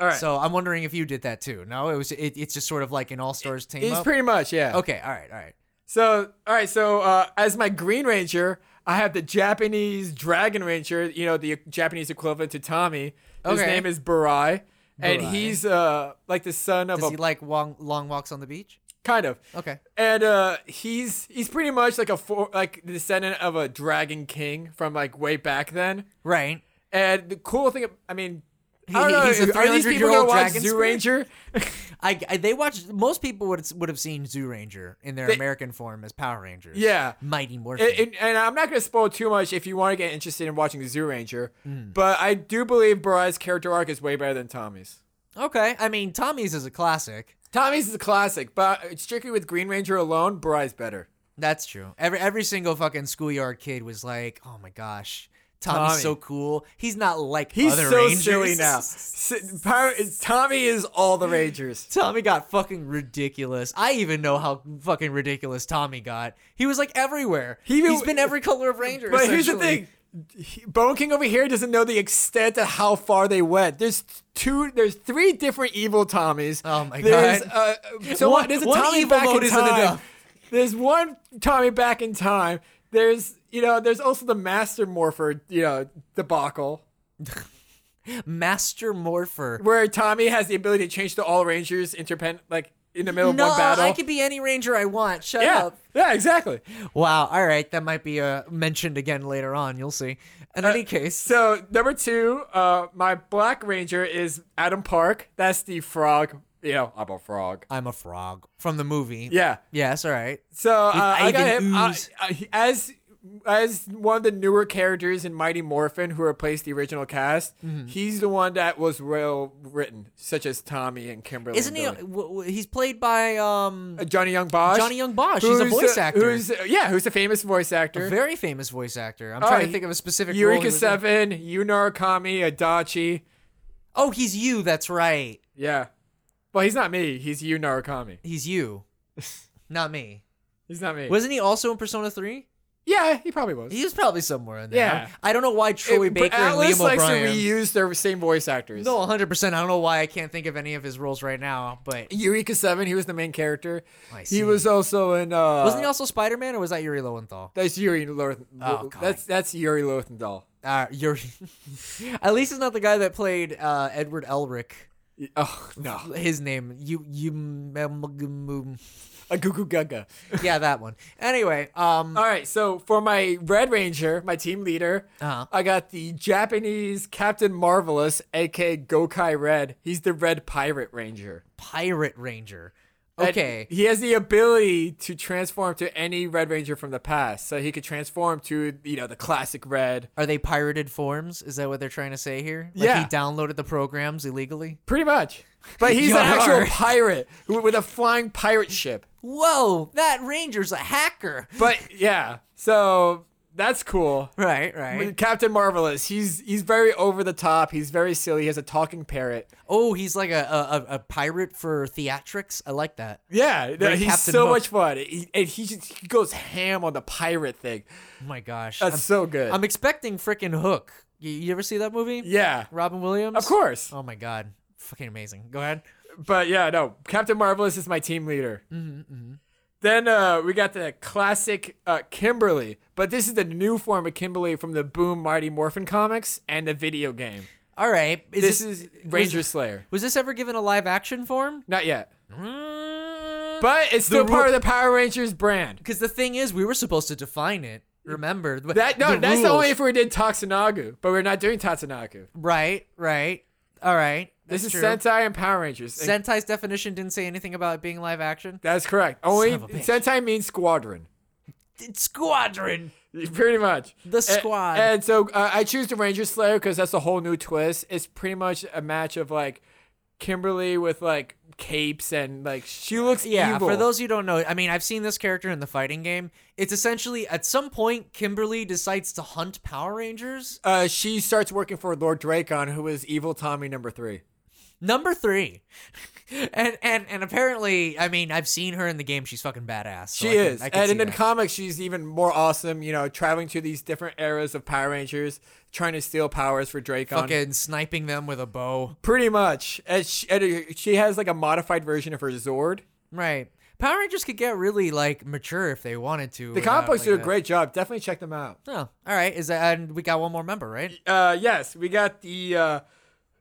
Speaker 2: All right.
Speaker 1: so i'm wondering if you did that too no it was it, it's just sort of like an all-stars team
Speaker 2: He's
Speaker 1: up?
Speaker 2: pretty much yeah.
Speaker 1: okay all right all right
Speaker 2: So, all right. So, uh, as my Green Ranger, I have the Japanese Dragon Ranger. You know, the Japanese equivalent to Tommy. His
Speaker 1: Okay.
Speaker 2: name is Barai, and
Speaker 1: Barai.
Speaker 2: he's uh like the son of
Speaker 1: does
Speaker 2: a
Speaker 1: he like long, long walks on the beach
Speaker 2: kind of.
Speaker 1: Okay.
Speaker 2: And uh, he's he's pretty much like a for, like the descendant of a Dragon King from like way back then.
Speaker 1: right
Speaker 2: And the cool thing, I mean. I don't
Speaker 1: He-
Speaker 2: know,
Speaker 1: he's a
Speaker 2: are these people
Speaker 1: 300-year-old
Speaker 2: gonna watch
Speaker 1: dragon
Speaker 2: Zoo
Speaker 1: spirit?
Speaker 2: Ranger?
Speaker 1: I, I they watched most people would would have seen Zoo Ranger in their
Speaker 2: They-
Speaker 1: American form as Power Rangers.
Speaker 2: Yeah.
Speaker 1: Mighty Morphin.
Speaker 2: And, and, and I'm not going to spoil too much if you want to get interested in watching the Zoo Ranger,
Speaker 1: Mm.
Speaker 2: but I do believe Barai's character arc is way better than Tommy's.
Speaker 1: okay, I mean Tommy's is a classic.
Speaker 2: Tommy's is a classic, but strictly with Green Ranger alone, Barai's better.
Speaker 1: That's true. Every every single fucking schoolyard kid was like, "Oh my gosh, Tommy's
Speaker 2: Tommy.
Speaker 1: so cool. He's not like
Speaker 2: He's
Speaker 1: other
Speaker 2: so
Speaker 1: Rangers."
Speaker 2: silly now. S- Power- Tommy is all the Rangers.
Speaker 1: Tommy got fucking ridiculous. I even know how fucking ridiculous Tommy got. He was like everywhere.
Speaker 2: He even-
Speaker 1: He's been every color of Ranger.
Speaker 2: But here's the
Speaker 1: essentially.
Speaker 2: thing. He- Bone King over here doesn't know the extent of how far they went. There's two, there's three different evil Tommies.
Speaker 1: Oh my
Speaker 2: there's,
Speaker 1: God.
Speaker 2: Uh, so
Speaker 1: One-
Speaker 2: one, there's a
Speaker 1: one
Speaker 2: Tommy
Speaker 1: evil
Speaker 2: back
Speaker 1: mode
Speaker 2: in
Speaker 1: isn't
Speaker 2: time.
Speaker 1: enough.
Speaker 2: There's one Tommy back in time. There's you know there's also the Master Morpher you know debacle
Speaker 1: Master Morpher.
Speaker 2: where Tommy has the ability to change to all Rangers interpen like in the middle of
Speaker 1: No,
Speaker 2: one battle.
Speaker 1: I could be any Ranger I want. Shut
Speaker 2: yeah,
Speaker 1: up.
Speaker 2: yeah, exactly.
Speaker 1: Wow. All right. That might be uh, mentioned again later on. You'll see. In any case,
Speaker 2: So number two, uh, my Black Ranger is Adam Park. That's the frog. You know, I'm a frog.
Speaker 1: I'm a frog from the movie.
Speaker 2: Yeah.
Speaker 1: Yes. All right.
Speaker 2: So uh, I got
Speaker 1: Ivan
Speaker 2: him uh,
Speaker 1: Ooze.
Speaker 2: uh, as as one of the newer characters in Mighty Morphin who replaced the original cast.
Speaker 1: Mm-hmm.
Speaker 2: He's the one that was well written, such as Tommy and Kimberly.
Speaker 1: Isn't
Speaker 2: and
Speaker 1: he?
Speaker 2: Billy.
Speaker 1: W- w- he's played by um
Speaker 2: Uh, Johnny Young Bosch?
Speaker 1: Johnny Young Bosch. He's a
Speaker 2: Who's,
Speaker 1: voice
Speaker 2: uh,
Speaker 1: actor.
Speaker 2: Who's uh, yeah? Who's a famous voice
Speaker 1: a
Speaker 2: actor?
Speaker 1: very famous voice actor. I'm
Speaker 2: Oh,
Speaker 1: trying to
Speaker 2: he-
Speaker 1: think of a specific. role he
Speaker 2: Eureka
Speaker 1: was in.
Speaker 2: Seven, Yunar Kami, Adachi.
Speaker 1: Oh, he's you. That's right.
Speaker 2: Yeah. Well, he's not me. He's you, Narukami.
Speaker 1: He's you, not me.
Speaker 2: He's not me.
Speaker 1: Wasn't he also in Persona Three?
Speaker 2: yeah, he probably was.
Speaker 1: He was probably somewhere in there.
Speaker 2: Yeah.
Speaker 1: I don't know why Troy
Speaker 2: It- but
Speaker 1: Baker
Speaker 2: Atlas
Speaker 1: and Liam
Speaker 2: likes
Speaker 1: O'Brien.
Speaker 2: to reuse their same voice actors.
Speaker 1: no, 100. percent I don't know why I can't think of any of his roles right now. But
Speaker 2: Eureka Seven. He was the main character.
Speaker 1: I see.
Speaker 2: He was also in. Uh,
Speaker 1: wasn't he also Spider Man or was that Yuri Lowenthal?
Speaker 2: That's Yuri Loth-
Speaker 1: Oh, God.
Speaker 2: That's that's Yuri Lothendal.
Speaker 1: Uh, Yuri. At least it's not the guy that played uh, Edward Elric.
Speaker 2: Oh no,
Speaker 1: His name you you.
Speaker 2: a goo goo gaga.
Speaker 1: yeah, that one. Anyway, um,
Speaker 2: All right, so for my Red Ranger, my team leader,
Speaker 1: Uh-huh.
Speaker 2: I got the Japanese Captain Marvelous, aka Gokai Red. He's the Red Pirate Ranger.
Speaker 1: pirate ranger.
Speaker 2: And
Speaker 1: Okay,
Speaker 2: he has the ability to transform to any Red Ranger from the past, so he could transform to you know the classic Red.
Speaker 1: are they pirated forms? Is that what they're trying to say here? Like
Speaker 2: Yeah.
Speaker 1: he downloaded the programs illegally.
Speaker 2: Pretty much. But he's an
Speaker 1: Yar.
Speaker 2: actual pirate who- with a flying pirate ship.
Speaker 1: Whoa, that ranger's a hacker.
Speaker 2: But yeah, so That's cool.
Speaker 1: Right,
Speaker 2: I mean,
Speaker 1: right.
Speaker 2: Captain Marvelous. He's he's very over the top. He's very silly. He has a talking parrot.
Speaker 1: Oh, he's like a a, a- a pirate for theatrics. I like that.
Speaker 2: Yeah, no,
Speaker 1: Very
Speaker 2: he's
Speaker 1: Captain
Speaker 2: so
Speaker 1: Hook.
Speaker 2: much fun. He, and he just he goes ham on the pirate thing.
Speaker 1: Oh my gosh,
Speaker 2: That's
Speaker 1: I'm,
Speaker 2: so good.
Speaker 1: I'm expecting freaking Hook. You, you ever see that movie?
Speaker 2: yeah,
Speaker 1: Robin Williams.
Speaker 2: of course.
Speaker 1: Oh my god, fucking amazing. Go ahead.
Speaker 2: But yeah, no, Captain Marvelous is my team leader.
Speaker 1: Mm-hmm,
Speaker 2: Then uh, we got the classic uh, Kimberly, but this is the new form of Kimberly from the Boom Mighty Morphin comics and the video game.
Speaker 1: All right. Is
Speaker 2: This is Ranger
Speaker 1: Was,
Speaker 2: Slayer.
Speaker 1: was this ever given a live action form?
Speaker 2: Not yet,
Speaker 1: Because
Speaker 2: but it's still
Speaker 1: The
Speaker 2: part of
Speaker 1: ru-
Speaker 2: the Power Rangers brand.
Speaker 1: the thing is, we were supposed to define it. Remember but
Speaker 2: That no, that's
Speaker 1: rules.
Speaker 2: only if we did Tatsunagu, but we're not doing Tatsunagu.
Speaker 1: Right, right. All right.
Speaker 2: This
Speaker 1: that's
Speaker 2: is
Speaker 1: true.
Speaker 2: Sentai and Power Rangers. and
Speaker 1: Sentai's definition didn't say anything about it being live action.
Speaker 2: that's correct. Only
Speaker 1: of a bitch.
Speaker 2: Sentai means squadron.
Speaker 1: It's squadron.
Speaker 2: Pretty much.
Speaker 1: The
Speaker 2: A-
Speaker 1: squad.
Speaker 2: And, so uh, I choose the Ranger Slayer because that's a whole new twist. It's pretty much a match of like Kimberly with like capes and like she looks
Speaker 1: Yeah,
Speaker 2: evil.
Speaker 1: for those who don't know, I mean, I've seen this character in the fighting game. It's essentially at some point Kimberly decides to hunt Power Rangers.
Speaker 2: Uh, she starts working for Lord Dracon, who is evil Tommy number three.
Speaker 1: Number 3. and and and apparently, I mean, I've seen her in the game. She's fucking badass. so
Speaker 2: She
Speaker 1: Oh, I can-
Speaker 2: is,
Speaker 1: I can
Speaker 2: and
Speaker 1: see
Speaker 2: in the
Speaker 1: that.
Speaker 2: comics, she's even more awesome. You know, traveling to these different eras of Power Rangers, trying to steal powers for Dracon.
Speaker 1: fucking sniping them with a bow.
Speaker 2: Pretty much, and she, and uh, she has like a modified version of her Zord.
Speaker 1: Right. Power Rangers could get really like mature if they wanted to.
Speaker 2: The
Speaker 1: without,
Speaker 2: comic books
Speaker 1: like,
Speaker 2: do a
Speaker 1: that-
Speaker 2: great job. Definitely check them out.
Speaker 1: Oh, all right. Is that and we got one more member, right?
Speaker 2: uh, yes, we got the uh,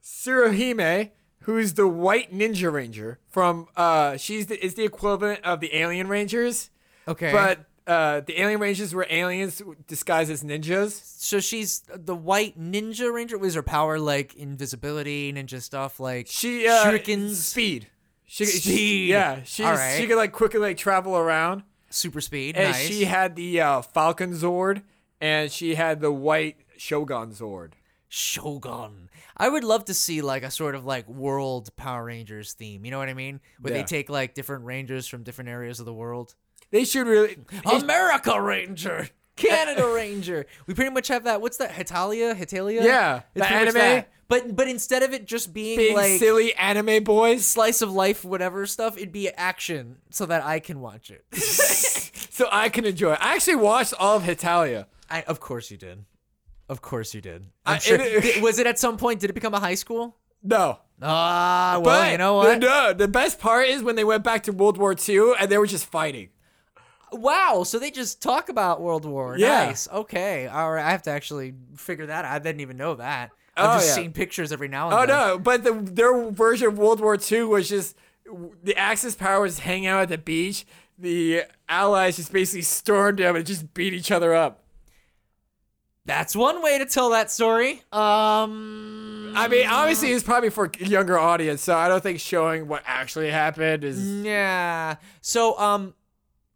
Speaker 2: Tsuruhime, who's the white ninja ranger from. Uh, she's the, is the equivalent of the alien rangers,
Speaker 1: Okay.
Speaker 2: but uh, the alien rangers were aliens disguised as ninjas.
Speaker 1: so she's the white ninja ranger. Was her power like invisibility, ninja stuff, like
Speaker 2: She uh,
Speaker 1: shurikens,
Speaker 2: speed. She, she-
Speaker 1: Speed.
Speaker 2: yeah, she
Speaker 1: All right.
Speaker 2: she could like quickly like travel around,
Speaker 1: super speed.
Speaker 2: and
Speaker 1: nice.
Speaker 2: she had the uh, Falcon Zord, and she had the white Shogun Zord.
Speaker 1: Shogun. I would love to see like a sort of like world Power Rangers theme. You know what I mean? Where
Speaker 2: Yeah.
Speaker 1: they take like different rangers from different areas of the world.
Speaker 2: They should really.
Speaker 1: America Ranger. Canada Ranger. We pretty much have that. What's that? Hitalia? Hitalia?
Speaker 2: Yeah,
Speaker 1: It's
Speaker 2: the
Speaker 1: pretty much
Speaker 2: anime.
Speaker 1: that. But but instead of it just being
Speaker 2: Big
Speaker 1: like
Speaker 2: silly anime boys.
Speaker 1: slice of life, whatever stuff, it'd be action so that I can watch it.
Speaker 2: so I can enjoy. it. I actually watched all of Hitalia.
Speaker 1: I, of course you did. Of course you did. I'm
Speaker 2: I-
Speaker 1: sure.
Speaker 2: it-
Speaker 1: Did- was it at some point? Did it become a high school?
Speaker 2: No.
Speaker 1: Ah, well,
Speaker 2: but
Speaker 1: you know what?
Speaker 2: The, no, the best part is when they went back to World War II and they were just fighting.
Speaker 1: Wow, so they just talk about World War.
Speaker 2: Yeah.
Speaker 1: Nice. Okay. All right. I have to actually figure that out. I didn't even know that. I've
Speaker 2: Oh,
Speaker 1: just
Speaker 2: yeah.
Speaker 1: seen pictures every now and
Speaker 2: Oh
Speaker 1: then.
Speaker 2: no, but the, their version of World War II was just the Axis powers hang out at the beach. The Allies just basically stormed them and just beat each other up.
Speaker 1: That's one way to tell that story. Um,
Speaker 2: I mean, obviously it's probably for a younger audience, so I don't think showing what actually happened is.
Speaker 1: yeah. So, um,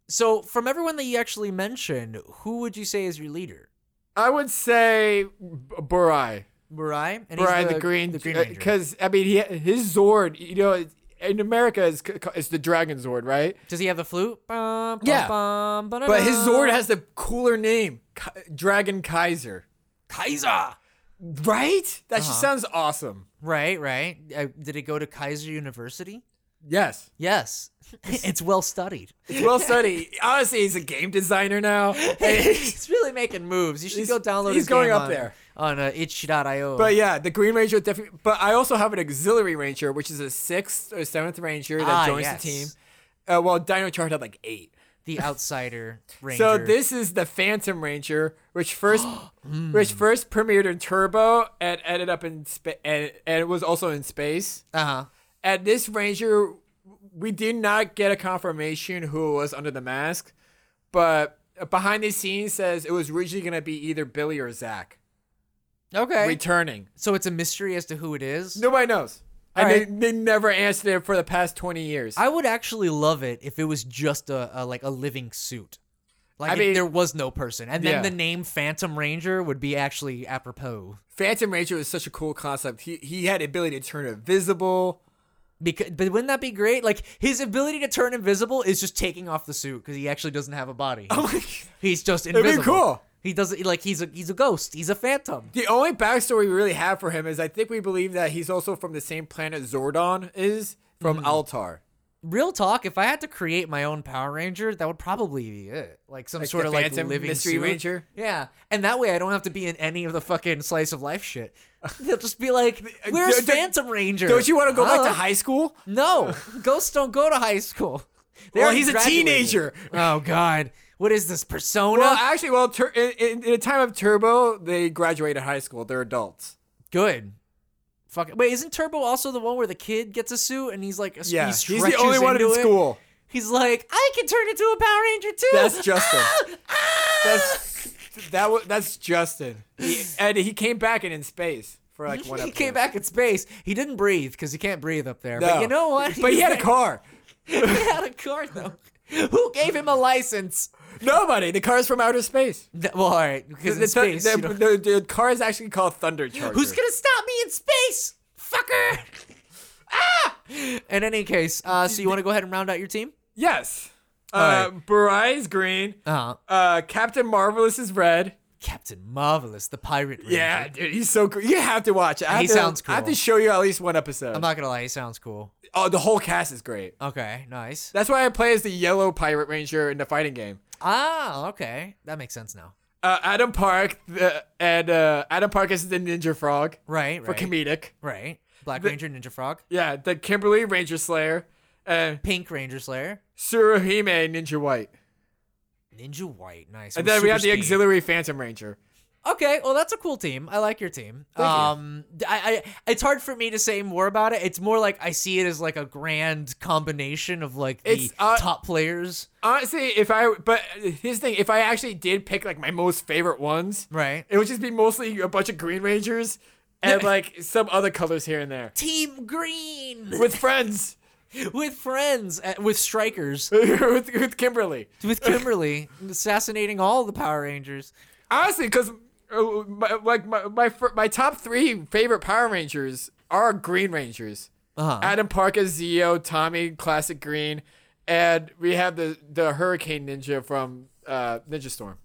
Speaker 1: so from everyone that you actually mentioned, who would you say is your leader?
Speaker 2: I would say B- Burai.
Speaker 1: Burai, and he's
Speaker 2: Brian the, Green, uh,
Speaker 1: the Green Ranger.
Speaker 2: because I mean, he, his Zord, you know, it- in America is c- c- is the Dragon Zord, right?
Speaker 1: Does he have the flute? Bum, bum,
Speaker 2: Yeah.
Speaker 1: bum,
Speaker 2: But his Zord has the cooler name, Ki- Dragon Kaiser,
Speaker 1: Kaiser.
Speaker 2: right? That just sounds awesome.
Speaker 1: Right, right. Uh, did it go to Kaiser University?
Speaker 2: Yes,
Speaker 1: Yes, it's well studied.
Speaker 2: It's well studied. Honestly, he's a game designer now.
Speaker 1: he's really making moves. You should
Speaker 2: He's-
Speaker 1: go download.
Speaker 2: he's
Speaker 1: his
Speaker 2: going
Speaker 1: game
Speaker 2: up
Speaker 1: on-
Speaker 2: there.
Speaker 1: on uh, itch.io.
Speaker 2: But yeah, the Green Ranger definitely. But I also have an auxiliary ranger, which is a sixth or seventh ranger that
Speaker 1: Ah,
Speaker 2: joins
Speaker 1: yes.
Speaker 2: the team. Uh, well, Dino Charge had like eight.
Speaker 1: the outsider ranger.
Speaker 2: So this is the Phantom Ranger, which first which first premiered in Turbo and ended up in spa- and, and it was also in space.
Speaker 1: uh huh.
Speaker 2: At this Ranger, we did not get a confirmation who it was under the mask, but behind the scenes says it was originally going to be either Billy or Zach
Speaker 1: Okay.
Speaker 2: returning.
Speaker 1: so it's a mystery as to who it is.
Speaker 2: Nobody knows. And
Speaker 1: All
Speaker 2: they, they never answered it for the past 20 years.
Speaker 1: I would actually love it if it was just a, a like a living suit. Like
Speaker 2: I
Speaker 1: if
Speaker 2: mean-
Speaker 1: there was no person, and then
Speaker 2: Yeah.
Speaker 1: the name Phantom Ranger would be actually apropos
Speaker 2: Phantom Ranger was such a cool concept. He, he had the ability to turn invisible.
Speaker 1: because. But wouldn't that be great? Like his ability to turn invisible is just taking off the suit because he actually doesn't have a body.
Speaker 2: Oh my God.
Speaker 1: He's just
Speaker 2: It'd
Speaker 1: invisible.
Speaker 2: be cool.
Speaker 1: He doesn't like he's a he's a ghost. He's a phantom.
Speaker 2: The only backstory we really have for him is I think we believe that he's also from the same planet Zordon is from Altar.
Speaker 1: Real talk. If I had to create my own Power Ranger, that would probably be it. Like some sort
Speaker 2: the
Speaker 1: of like
Speaker 2: Phantom
Speaker 1: living
Speaker 2: Mystery
Speaker 1: suit.
Speaker 2: Ranger?
Speaker 1: Yeah, and that way I don't have to be in any of the fucking slice of life shit. They'll just be like,
Speaker 2: Uh,
Speaker 1: "Where's
Speaker 2: don't-
Speaker 1: Phantom Ranger?"
Speaker 2: Don't you want to go back
Speaker 1: Huh?
Speaker 2: to high school?
Speaker 1: No, ghosts don't go to high school. They
Speaker 2: Well,
Speaker 1: already
Speaker 2: he's a
Speaker 1: graduated.
Speaker 2: teenager.
Speaker 1: Oh God, what is this persona? Ah,
Speaker 2: Well, actually, well, tur- in, in, in the time of Turbo, they graduated high school. They're adults.
Speaker 1: Good. Fuck. it. Wait, isn't Turbo also the one where the kid gets a suit and he's like, a-
Speaker 2: Yeah,
Speaker 1: he
Speaker 2: he's the
Speaker 1: stretches
Speaker 2: only one in
Speaker 1: into it?
Speaker 2: school.
Speaker 1: He's like, I can turn into a Power Ranger too.
Speaker 2: That's Justin.
Speaker 1: Ah!
Speaker 2: That's that. wa that's Justin. He, and he came back and in space for like one.
Speaker 1: he
Speaker 2: episode.
Speaker 1: came back in space. He didn't breathe because he can't breathe up there.
Speaker 2: No.
Speaker 1: But you know what?
Speaker 2: But he had a car.
Speaker 1: he had a car though. Who gave him a license?
Speaker 2: Nobody. The car's from outer space.
Speaker 1: Th- Well, all right, because
Speaker 2: the,
Speaker 1: in space.
Speaker 2: the,
Speaker 1: you don't-
Speaker 2: the- the car is actually called Thunder Charger.
Speaker 1: Who's gonna stop me in space, fucker? ah! In any case, uh, so you want to go ahead and round out your team?
Speaker 2: Yes.
Speaker 1: All
Speaker 2: Uh, Barai is green.
Speaker 1: Uh-huh.
Speaker 2: Uh, Captain Marvelous is red.
Speaker 1: Captain Marvelous, the pirate. Ranger.
Speaker 2: Yeah, dude, he's so cool. You have to watch it. I have
Speaker 1: He
Speaker 2: to-
Speaker 1: sounds
Speaker 2: I have to
Speaker 1: cool.
Speaker 2: show you at least one episode.
Speaker 1: I'm not gonna lie, he sounds cool.
Speaker 2: oh, the whole cast is great.
Speaker 1: Okay, nice.
Speaker 2: That's why I play as the yellow pirate ranger in the fighting game.
Speaker 1: Ah, okay, that makes sense now.
Speaker 2: Uh, Adam Park the, and uh, Adam Park is the ninja frog
Speaker 1: Right,
Speaker 2: for
Speaker 1: right,
Speaker 2: comedic.
Speaker 1: right. Black Ranger, Ninja Frog,
Speaker 2: Yeah, the Kimberly Ranger Slayer and
Speaker 1: Pink Ranger Slayer,
Speaker 2: Suruhime Ninja White.
Speaker 1: Ninja White, nice.
Speaker 2: And
Speaker 1: with
Speaker 2: then we
Speaker 1: super
Speaker 2: have the
Speaker 1: speed.
Speaker 2: auxiliary Phantom Ranger.
Speaker 1: Okay, well that's a cool team. I like your team.
Speaker 2: Thank you.
Speaker 1: um, d- I, I it's hard for me to say more about it. It's more like I see it as like a grand combination of like the
Speaker 2: It's, uh,
Speaker 1: top players,
Speaker 2: Honestly, if I but here's the thing, if I actually did pick like my most favorite ones,
Speaker 1: right?
Speaker 2: it would just be mostly a bunch of Green Rangers and like some other colors here and there
Speaker 1: Team Green
Speaker 2: with friends
Speaker 1: with friends, uh, with strikers,
Speaker 2: with, with Kimberly.
Speaker 1: with Kimberly assassinating all the Power Rangers.
Speaker 2: Honestly, because my, like my my, fir- my top three favorite Power Rangers are Green Rangers.
Speaker 1: Uh-huh.
Speaker 2: Adam Park as Zeo, Tommy Classic Green, and we have the the Hurricane Ninja from uh, Ninja Storm.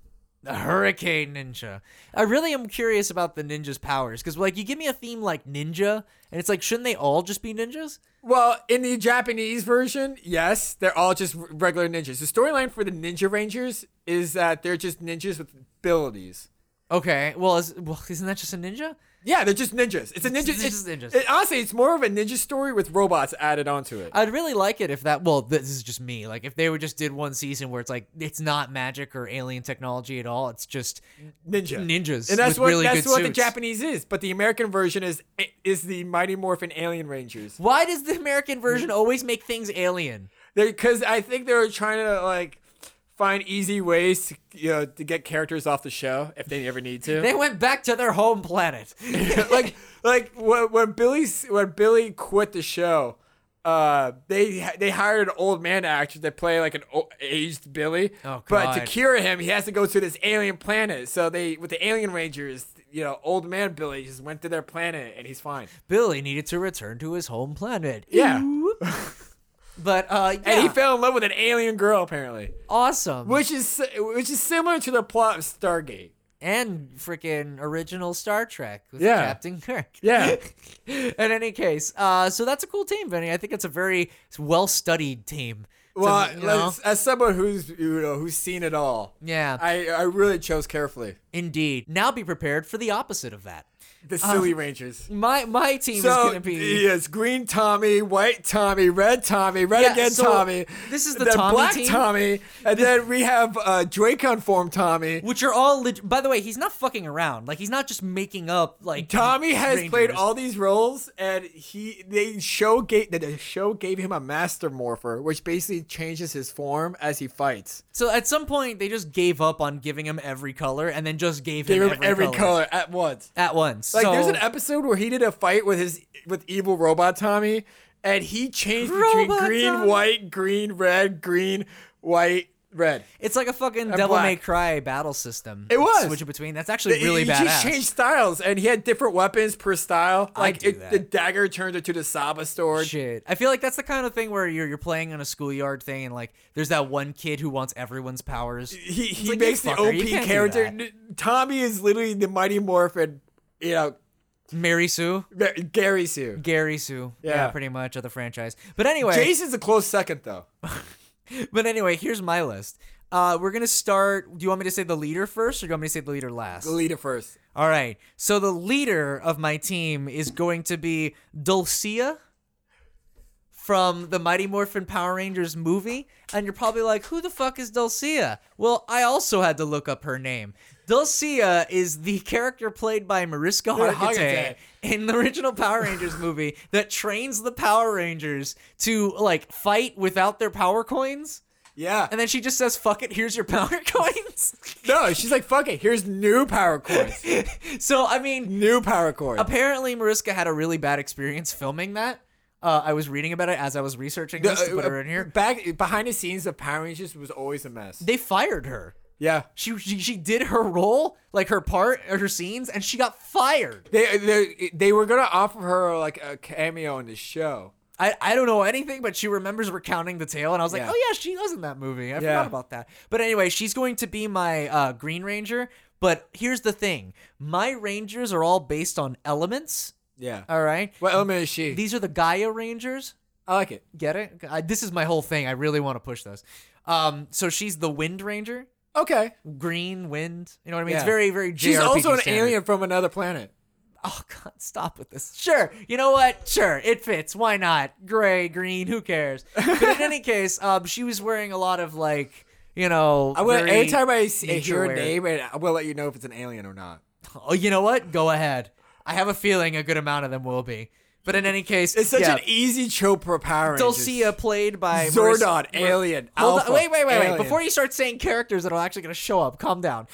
Speaker 1: The Hurricane Ninja. I really am curious about the ninja's powers because, like, you give me a theme like ninja, and it's like, shouldn't they all just be ninjas?
Speaker 2: Well, in the Japanese version, yes, they're all just r- regular ninjas. The storyline for the Ninja Rangers is that they're just ninjas with abilities.
Speaker 1: Okay, well, is, well isn't that just a ninja?
Speaker 2: Yeah, they're just ninjas. It's a ninja.
Speaker 1: It's
Speaker 2: It's,
Speaker 1: just ninjas.
Speaker 2: It, honestly, it's more of a ninja story with robots added onto it.
Speaker 1: I'd really like it if that. Well, this is just me. Like, if they were just did one season where it's like it's not magic or alien technology at all. It's just
Speaker 2: ninja.
Speaker 1: ninjas
Speaker 2: And that's
Speaker 1: with
Speaker 2: what
Speaker 1: really
Speaker 2: that's
Speaker 1: good
Speaker 2: what the
Speaker 1: suits.
Speaker 2: Japanese is, but the American version is is the Mighty Morphin Alien Rangers.
Speaker 1: why does the American version always make things alien?
Speaker 2: Because I think they're trying to like find easy ways to, you know to get characters off the show if they ever need to.
Speaker 1: They went back to their home planet.
Speaker 2: like like when, when Billy s- when Billy quit the show, uh, they they hired an old man actor to play like an o- aged Billy.
Speaker 1: Oh,
Speaker 2: But to
Speaker 1: God.
Speaker 2: cure him, he has to go to this alien planet. So they with the alien rangers, you know, old man Billy just went to their planet and he's fine.
Speaker 1: Billy needed to return to his home planet.
Speaker 2: Yeah.
Speaker 1: Oop. But uh, yeah,
Speaker 2: And he fell in love with an alien girl apparently,
Speaker 1: awesome.
Speaker 2: which is si- which is similar to the plot of Stargate.
Speaker 1: and freaking original Star Trek with
Speaker 2: Yeah.
Speaker 1: Captain Kirk.
Speaker 2: Yeah.
Speaker 1: In any case, uh, so that's a cool team, Vinny. I think it's a very well studied team. to-
Speaker 2: Well,
Speaker 1: you know?
Speaker 2: as, as someone who's you know who's seen it all,
Speaker 1: yeah,
Speaker 2: I I really chose carefully
Speaker 1: indeed. Now be prepared for the opposite of that.
Speaker 2: the
Speaker 1: Uh,
Speaker 2: silly rangers.
Speaker 1: My my team is
Speaker 2: So
Speaker 1: going to be
Speaker 2: yes, green Tommy, white Tommy, red Tommy, red
Speaker 1: Yeah,
Speaker 2: again
Speaker 1: so
Speaker 2: Tommy.
Speaker 1: this is the
Speaker 2: then
Speaker 1: Tommy
Speaker 2: black
Speaker 1: team?
Speaker 2: Tommy, and then we have uh, Dracon form Tommy.
Speaker 1: which are all leg- by the way, he's not fucking around. Like he's not just making up like
Speaker 2: Tommy has
Speaker 1: Rangers.
Speaker 2: played all these roles, and he they show gave the show gave him a master morpher, which basically changes his form as he fights.
Speaker 1: So at some point they just gave up on giving him every color and then just gave,
Speaker 2: Gave
Speaker 1: him,
Speaker 2: him every color. at once.
Speaker 1: at once.
Speaker 2: Like
Speaker 1: so,
Speaker 2: there's an episode where he did a fight with his with evil robot Tommy, and he changed between
Speaker 1: Robot
Speaker 2: green,
Speaker 1: Tommy.
Speaker 2: white, green, red, green, white, red.
Speaker 1: It's like a fucking Devil May
Speaker 2: black.
Speaker 1: Cry battle system.
Speaker 2: It was.
Speaker 1: switch it between. That's actually
Speaker 2: He-
Speaker 1: really
Speaker 2: he,
Speaker 1: badass.
Speaker 2: just changed styles, and he had different weapons per style. Like
Speaker 1: do
Speaker 2: it,
Speaker 1: that.
Speaker 2: the dagger turned into the Saba sword.
Speaker 1: Shit, I feel like that's the kind of thing where you're you're playing on a schoolyard thing, and like there's that one kid who wants everyone's powers.
Speaker 2: He he
Speaker 1: like, you
Speaker 2: makes the
Speaker 1: fucker, you
Speaker 2: OP
Speaker 1: can't do
Speaker 2: character
Speaker 1: that.
Speaker 2: n- Tommy is literally the Mighty Morphin, you know,
Speaker 1: Mary Sue,
Speaker 2: Gar- Gary Sue.
Speaker 1: Gary Sue, yeah.
Speaker 2: Yeah.
Speaker 1: pretty much of the franchise. But anyway,
Speaker 2: Jason's a close second though.
Speaker 1: but anyway, here's my list. Uh, we're gonna start. Do you want me to say the leader first, or do you want me to say the leader last?
Speaker 2: The leader first.
Speaker 1: All right. So the leader of my team is going to be Dulcia from the Mighty Morphin Power Rangers movie. And you're probably like, who the fuck is Dulcia? Well, I also had to look up her name. Dulcia is the character played by Mariska
Speaker 2: Yeah,
Speaker 1: Hargitay
Speaker 2: Hargitay.
Speaker 1: in the original Power Rangers movie that trains the Power Rangers to like fight without their power coins.
Speaker 2: Yeah.
Speaker 1: And then she just says, fuck it, here's your power coins.
Speaker 2: No, she's like, fuck it. Here's new power chords.
Speaker 1: so, I mean,
Speaker 2: new power chords.
Speaker 1: apparently Mariska had a really bad experience filming that. Uh, I was reading about it as I was researching
Speaker 2: The-
Speaker 1: this to put
Speaker 2: uh,
Speaker 1: her in here.
Speaker 2: Back behind the scenes of Power Rangers was always a mess.
Speaker 1: They fired her.
Speaker 2: yeah.
Speaker 1: She, she she did her role, like her part or her scenes, and she got fired.
Speaker 2: They, uh, they they were gonna offer her like a cameo in the show.
Speaker 1: I, I don't know anything, but she remembers recounting the tale, and I was like,
Speaker 2: Yeah.
Speaker 1: oh yeah, she was in that movie. I
Speaker 2: Yeah.
Speaker 1: forgot about that. But anyway, she's going to be my uh, Green Ranger. But here's the thing: my Rangers are all based on elements.
Speaker 2: Yeah.
Speaker 1: All right,
Speaker 2: what element is she?
Speaker 1: these are Uh, the Gaia Rangers.
Speaker 2: I like it.
Speaker 1: Get it? I, this is my whole thing. I really want to push this. Um, so she's the Wind Ranger,
Speaker 2: Okay.
Speaker 1: green wind. You know what I mean? It's
Speaker 2: Yeah.
Speaker 1: very, very. JRPG
Speaker 2: She's also an
Speaker 1: standard.
Speaker 2: alien from another planet.
Speaker 1: Oh God, stop with this. Sure, you know what? Sure, it fits. Why not? Gray, green, who cares? But in any case, um, she was wearing a lot of like, you know,
Speaker 2: I will,
Speaker 1: very
Speaker 2: anytime I see, I hear
Speaker 1: nature-aware-
Speaker 2: a name, and I will let you know if it's an alien or not.
Speaker 1: Oh, you know what? Go ahead. I have a feeling a good amount of them will be. But in any case,
Speaker 2: It's such
Speaker 1: yeah.
Speaker 2: an easy trope for Power Rangers.
Speaker 1: Dulcia played by
Speaker 2: Zordon,
Speaker 1: Maris-
Speaker 2: Alien,
Speaker 1: Hold
Speaker 2: Alpha,
Speaker 1: on, wait, wait, wait, wait!
Speaker 2: Alien.
Speaker 1: Before you start saying characters that are actually going to show up, calm down.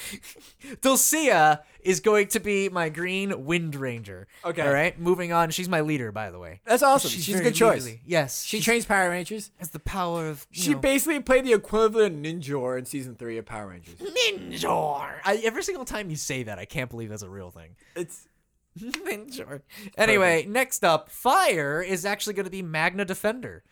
Speaker 1: Dulcia is going to be my green Wind Ranger.
Speaker 2: Okay.
Speaker 1: All right. Moving on. She's my leader, by the way.
Speaker 2: That's awesome. She's, a
Speaker 1: very
Speaker 2: good choice.
Speaker 1: leaderly. Yes.
Speaker 2: She
Speaker 1: she's-
Speaker 2: trains Power Rangers.
Speaker 1: has the power of you
Speaker 2: She
Speaker 1: know,
Speaker 2: basically played the equivalent of Ninjor in season three of Power Rangers.
Speaker 1: Ninjor. I, every single time you say that, I can't believe that's a real thing.
Speaker 2: It's
Speaker 1: Ninjor. Anyway, next up, Fire is actually going to be Magna Defender.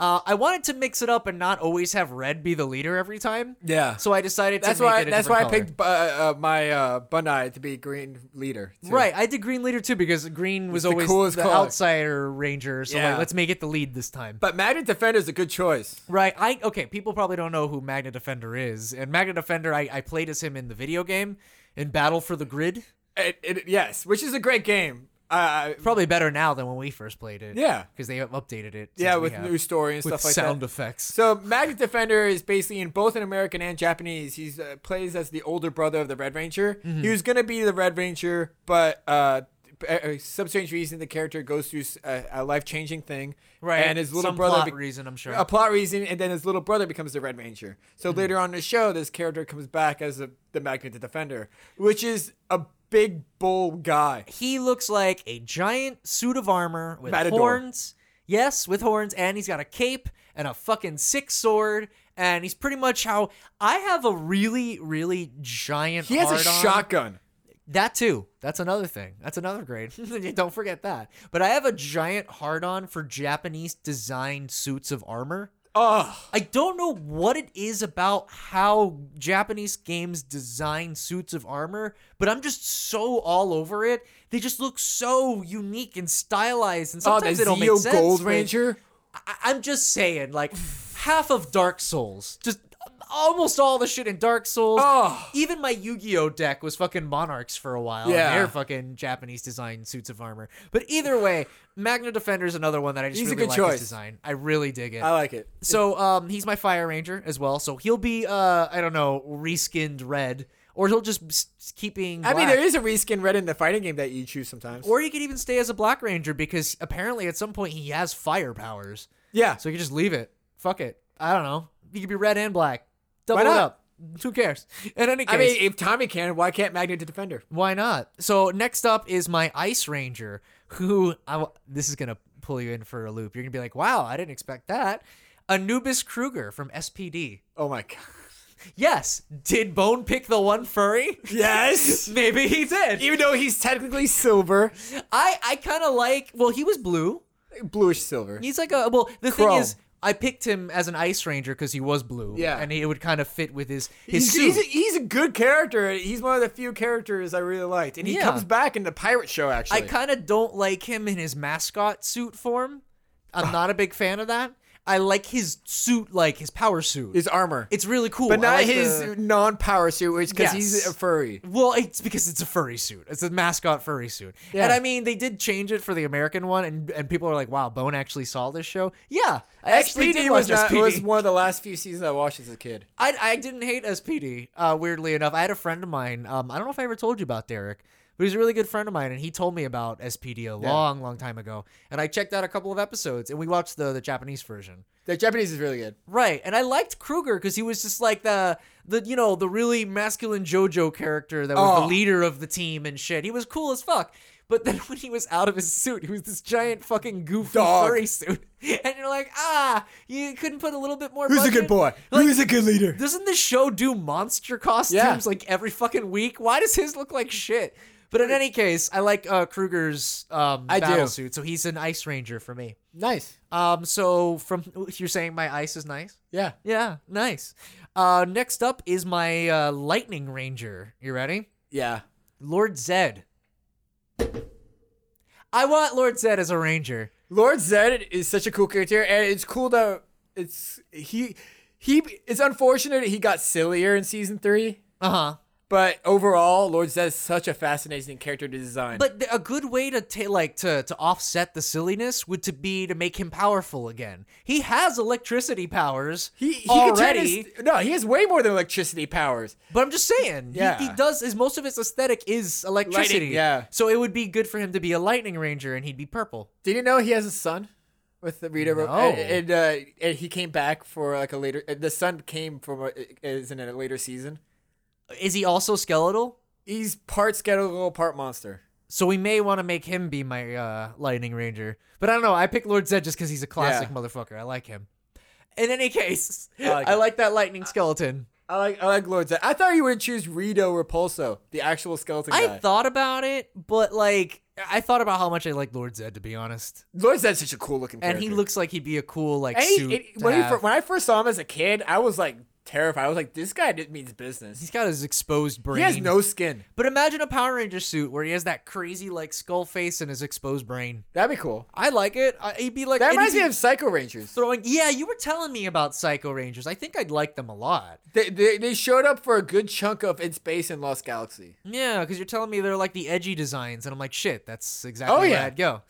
Speaker 1: Uh, I wanted to mix it up and not always have Red be the leader every time.
Speaker 2: yeah.
Speaker 1: So I decided to
Speaker 2: that's
Speaker 1: make
Speaker 2: why.
Speaker 1: it a
Speaker 2: that's why
Speaker 1: different
Speaker 2: I
Speaker 1: color.
Speaker 2: picked uh, uh, my uh, Bunai to be Green Leader. too.
Speaker 1: Right, I did Green Leader too because Green was
Speaker 2: the
Speaker 1: always
Speaker 2: coolest
Speaker 1: the
Speaker 2: color.
Speaker 1: outsider ranger. So like,
Speaker 2: Yeah.
Speaker 1: let's make it the lead this time.
Speaker 2: But Magnet Defender is a good choice.
Speaker 1: Right. I okay. People probably don't know who Magna Defender is, and Magna Defender, I, I played as him in the video game in Battle for the Grid.
Speaker 2: It, it, yes, which is a great game. Uh,
Speaker 1: Probably better now than when we first played it.
Speaker 2: Yeah.
Speaker 1: because they have updated it.
Speaker 2: yeah,
Speaker 1: since we
Speaker 2: with
Speaker 1: have.
Speaker 2: new story and
Speaker 1: with
Speaker 2: stuff like
Speaker 1: sound
Speaker 2: that.
Speaker 1: effects.
Speaker 2: So Magnet Defender is basically in both an American and Japanese. He uh, plays as the older brother of the Red Ranger.
Speaker 1: Mm-hmm.
Speaker 2: He was gonna be the Red Ranger, but uh, b- uh, some strange reason the character goes through s- a, a life changing thing.
Speaker 1: Right,
Speaker 2: and his little
Speaker 1: some
Speaker 2: brother
Speaker 1: plot
Speaker 2: be-
Speaker 1: reason, I'm sure. Mm-hmm.
Speaker 2: a plot reason, and then his little brother becomes the Red Ranger. So later on in the show, this character comes back as a, the Magnet Defender, which is a big bull guy.
Speaker 1: He looks like a giant suit of armor with
Speaker 2: Matador.
Speaker 1: horns. Yes, with horns, and he's got a cape and a fucking sick sword. And he's pretty much how I have a really, really giant.
Speaker 2: He has a
Speaker 1: hard-on.
Speaker 2: shotgun.
Speaker 1: That too. That's another thing. That's another grade. Don't forget that. But I have a giant hard on for Japanese designed suits of armor.
Speaker 2: Oh,
Speaker 1: I don't know what it is about how Japanese games design suits of armor, but I'm just so all over it. They just look so unique and stylized, and
Speaker 2: oh,
Speaker 1: sometimes
Speaker 2: the
Speaker 1: it don't
Speaker 2: Zeo
Speaker 1: make sense.
Speaker 2: Gold
Speaker 1: with-
Speaker 2: Ranger.
Speaker 1: I- I'm just saying, like half of Dark Souls, just almost all the shit in Dark Souls.
Speaker 2: Oh.
Speaker 1: Even my Yu-Gi-Oh deck was fucking Monarchs for a while. and
Speaker 2: Yeah.
Speaker 1: they're fucking Japanese design suits of armor. But either way, Magna Defender is another one that I just
Speaker 2: He's a
Speaker 1: really like
Speaker 2: good
Speaker 1: his
Speaker 2: choice.
Speaker 1: design. I really dig it.
Speaker 2: I like it.
Speaker 1: so um, he's my Fire Ranger as well. So he'll be uh, I don't know reskinned red, or he'll just s- s- keep being.
Speaker 2: I mean,
Speaker 1: black.
Speaker 2: there is a reskin red in the fighting game that you choose sometimes.
Speaker 1: Or he could even stay as a Black Ranger because apparently at some point he has fire powers.
Speaker 2: yeah,
Speaker 1: So you can just leave it. Fuck it. I don't know. You could be red and black. Double
Speaker 2: Why
Speaker 1: it
Speaker 2: not?
Speaker 1: up. Who cares? In any case,
Speaker 2: I mean, if Tommy can, why can't Magnet the Defender?
Speaker 1: why not? So next up is my Ice Ranger, who I w this is gonna pull you in for a loop. You're gonna be like, wow, I didn't expect that. Anubis Kruger from SPD.
Speaker 2: Oh my god!
Speaker 1: Yes, did Bone pick the one furry?
Speaker 2: Yes,
Speaker 1: Maybe he did.
Speaker 2: even though he's technically silver,
Speaker 1: I I kind of like. Well, he was blue.
Speaker 2: bluish silver.
Speaker 1: He's like a well. The
Speaker 2: Chrome.
Speaker 1: thing is, I picked him as an Ice Ranger because he was blue.
Speaker 2: Yeah.
Speaker 1: and it would kind of fit with his his
Speaker 2: He's,
Speaker 1: suit.
Speaker 2: he's, a, he's a good character. He's one of the few characters I really liked, and he
Speaker 1: Yeah.
Speaker 2: comes back in the pirate show. Actually,
Speaker 1: I kind of don't like him in his mascot suit form. I'm not a big fan of that. I like his suit, like his power suit.
Speaker 2: his armor,
Speaker 1: it's really cool.
Speaker 2: but
Speaker 1: I
Speaker 2: not
Speaker 1: like
Speaker 2: his
Speaker 1: the-
Speaker 2: non-power suit, which because he's
Speaker 1: Yes.
Speaker 2: a furry.
Speaker 1: Well, it's because it's a furry suit. It's a mascot furry suit.
Speaker 2: Yeah.
Speaker 1: And I mean, they did change it for the American one, and, and people are like, wow, Bone actually saw this show? Yeah. I actually
Speaker 2: SPD
Speaker 1: did watch
Speaker 2: was, not,
Speaker 1: SPD.
Speaker 2: was one of the last few seasons I watched as a kid.
Speaker 1: I, I didn't hate SPD, uh, weirdly enough. I had a friend of mine. Um, I don't know if I ever told you about Derek, but he's a really good friend of mine, and he told me about SPD a long, long time ago. And I checked out a couple of episodes, and we watched the, the Japanese version.
Speaker 2: The Japanese is really good.
Speaker 1: Right, and I liked Kruger because he was just like the the you know the really masculine JoJo character that was
Speaker 2: Oh.
Speaker 1: the leader of the team and shit. He was cool as fuck. But then when he was out of his suit, he was this giant fucking goofy
Speaker 2: Dog.
Speaker 1: furry suit, and you're like, ah, you couldn't put a little bit more.
Speaker 2: Who's a
Speaker 1: budget?
Speaker 2: good boy?
Speaker 1: Like,
Speaker 2: Who's a good leader?
Speaker 1: doesn't this show do monster costumes
Speaker 2: Yeah.
Speaker 1: like every fucking week? Why does his look like shit? But in any case, I like uh, Kruger's um,
Speaker 2: I do.
Speaker 1: battle suit, so he's an ice ranger for me.
Speaker 2: Nice.
Speaker 1: Um, so from you're saying my ice is nice.
Speaker 2: Yeah.
Speaker 1: Yeah, nice. Uh, next up is my uh, Lightning Ranger. You ready?
Speaker 2: Yeah.
Speaker 1: Lord Zed. I want Lord Zed as a ranger.
Speaker 2: Lord Zed is such a cool character, and it's cool that it's he he. It's unfortunate he got sillier in season three,
Speaker 1: Uh huh.
Speaker 2: but overall, Lord Zed is such a fascinating character to design.
Speaker 1: But th- a good way to ta- like to to offset the silliness would to be to make him powerful again. He has electricity powers
Speaker 2: he he could turn
Speaker 1: already,
Speaker 2: his- no, he has way more than electricity powers.
Speaker 1: but I'm just saying. he-
Speaker 2: Yeah.
Speaker 1: He, does. His most of his aesthetic is electricity.
Speaker 2: yeah.
Speaker 1: So it would be good for him to be a lightning ranger, and he'd be purple.
Speaker 2: Did you know he has a son? With the Rita, Ro-
Speaker 1: No.
Speaker 2: and, and, uh, and he came back for like a later. uh, The son came from a, is in a later season.
Speaker 1: Is he also skeletal?
Speaker 2: He's part skeletal, part monster.
Speaker 1: So we may want to make him be my uh, Lightning Ranger. But I don't know. I picked Lord Zed just because he's a classic
Speaker 2: Yeah.
Speaker 1: motherfucker. I like him. In any case, I
Speaker 2: like
Speaker 1: like,
Speaker 2: it.
Speaker 1: that lightning skeleton.
Speaker 2: I like I like Lord Zed. I thought you would choose Rito Repulso, the actual skeleton
Speaker 1: I
Speaker 2: guy.
Speaker 1: thought about it, but like I thought about how much I like Lord Zed to be honest.
Speaker 2: Lord Zed's such a cool looking
Speaker 1: And he
Speaker 2: character.
Speaker 1: looks like he'd be a cool like
Speaker 2: And he-
Speaker 1: suit.
Speaker 2: it-
Speaker 1: to
Speaker 2: when, he
Speaker 1: have.
Speaker 2: fir- when I first saw him as a kid, I was like terrified. I was like, this guy did means business.
Speaker 1: He's got his exposed brain.
Speaker 2: He has no skin.
Speaker 1: But imagine a Power Ranger suit where he has that crazy like skull face and his exposed brain.
Speaker 2: That'd be cool.
Speaker 1: I like it. I, he'd be like
Speaker 2: That
Speaker 1: and he'd
Speaker 2: reminds me
Speaker 1: be
Speaker 2: of Psycho Rangers.
Speaker 1: throwing. Yeah, you were telling me about Psycho Rangers. I think I'd like them a lot.
Speaker 2: They, they, they showed up for a good chunk of In Space and Lost Galaxy.
Speaker 1: Yeah, because you're telling me they're like the edgy designs, and I'm like, shit, that's exactly
Speaker 2: Oh,
Speaker 1: where
Speaker 2: yeah.
Speaker 1: I'd go.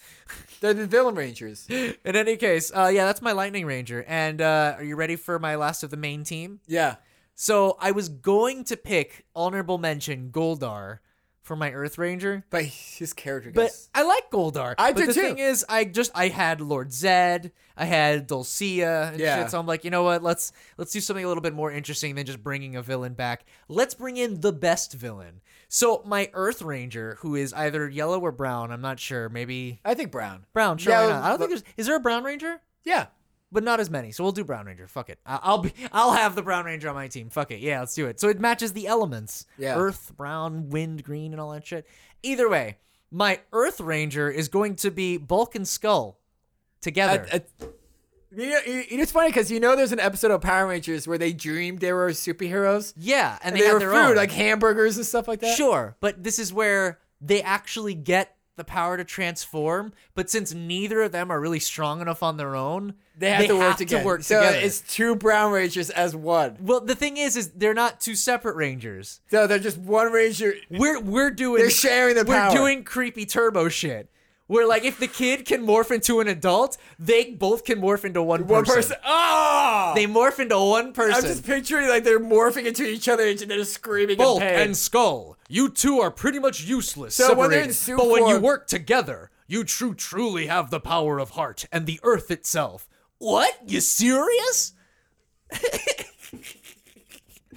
Speaker 2: They're the villain rangers.
Speaker 1: In any case, uh, yeah, that's my Lightning Ranger. And uh, are you ready for my last of the main team?
Speaker 2: Yeah.
Speaker 1: So I was going to pick honorable mention Goldar for my Earth Ranger,
Speaker 2: But his character
Speaker 1: but
Speaker 2: gets.
Speaker 1: I like Goldar.
Speaker 2: I
Speaker 1: but
Speaker 2: did
Speaker 1: the
Speaker 2: too.
Speaker 1: thing is, I just I had Lord Zed, I had Dulcia, and
Speaker 2: Yeah.
Speaker 1: shit. So I'm like, you know what? Let's let's do something a little bit more interesting than just bringing a villain back. Let's bring in the best villain. So my Earth Ranger, who is either yellow or brown, I'm not sure. Maybe
Speaker 2: I think Brown.
Speaker 1: brown. Sure,
Speaker 2: Yeah,
Speaker 1: why not? I don't
Speaker 2: but-
Speaker 1: think there's is there a brown ranger,
Speaker 2: Yeah.
Speaker 1: but not as many. So we'll do brown ranger. Fuck it. I- I'll be I'll have the brown ranger on my team. Fuck it. Yeah, let's do it. So it matches the elements.
Speaker 2: Yeah.
Speaker 1: Earth, brown, wind, green, and all that shit. Either way, my Earth Ranger is going to be Bulk and Skull together.
Speaker 2: I- I- you know, you- you know, it's funny because you know there's an episode of Power Rangers where they dreamed they were superheroes.
Speaker 1: yeah, and
Speaker 2: And
Speaker 1: they,
Speaker 2: they,
Speaker 1: have
Speaker 2: were
Speaker 1: their
Speaker 2: food,
Speaker 1: own.
Speaker 2: like hamburgers and stuff like that.
Speaker 1: Sure, but this is where they actually get the power to transform. But since neither of them are really strong enough on their own,
Speaker 2: They have to work together.
Speaker 1: work
Speaker 2: so
Speaker 1: together.
Speaker 2: it's two Brown Rangers as one.
Speaker 1: Well, the thing is, is they're not two separate rangers.
Speaker 2: So they're just one Ranger.
Speaker 1: We're we're doing
Speaker 2: They're sharing the
Speaker 1: we're
Speaker 2: power.
Speaker 1: doing creepy turbo shit. Where like if the kid can morph into an adult, they both can morph into one,
Speaker 2: One
Speaker 1: person.
Speaker 2: person. Oh!
Speaker 1: They morph into one
Speaker 2: I'm
Speaker 1: person.
Speaker 2: just picturing like they're morphing into each other and they're just screaming
Speaker 1: Bulk
Speaker 2: in pain.
Speaker 1: and Skull, you two are pretty much useless.
Speaker 2: So when they're in
Speaker 1: separated.
Speaker 2: suit
Speaker 1: but when you
Speaker 2: form-
Speaker 1: work together, you true truly have the power of heart and the earth itself. What? You serious?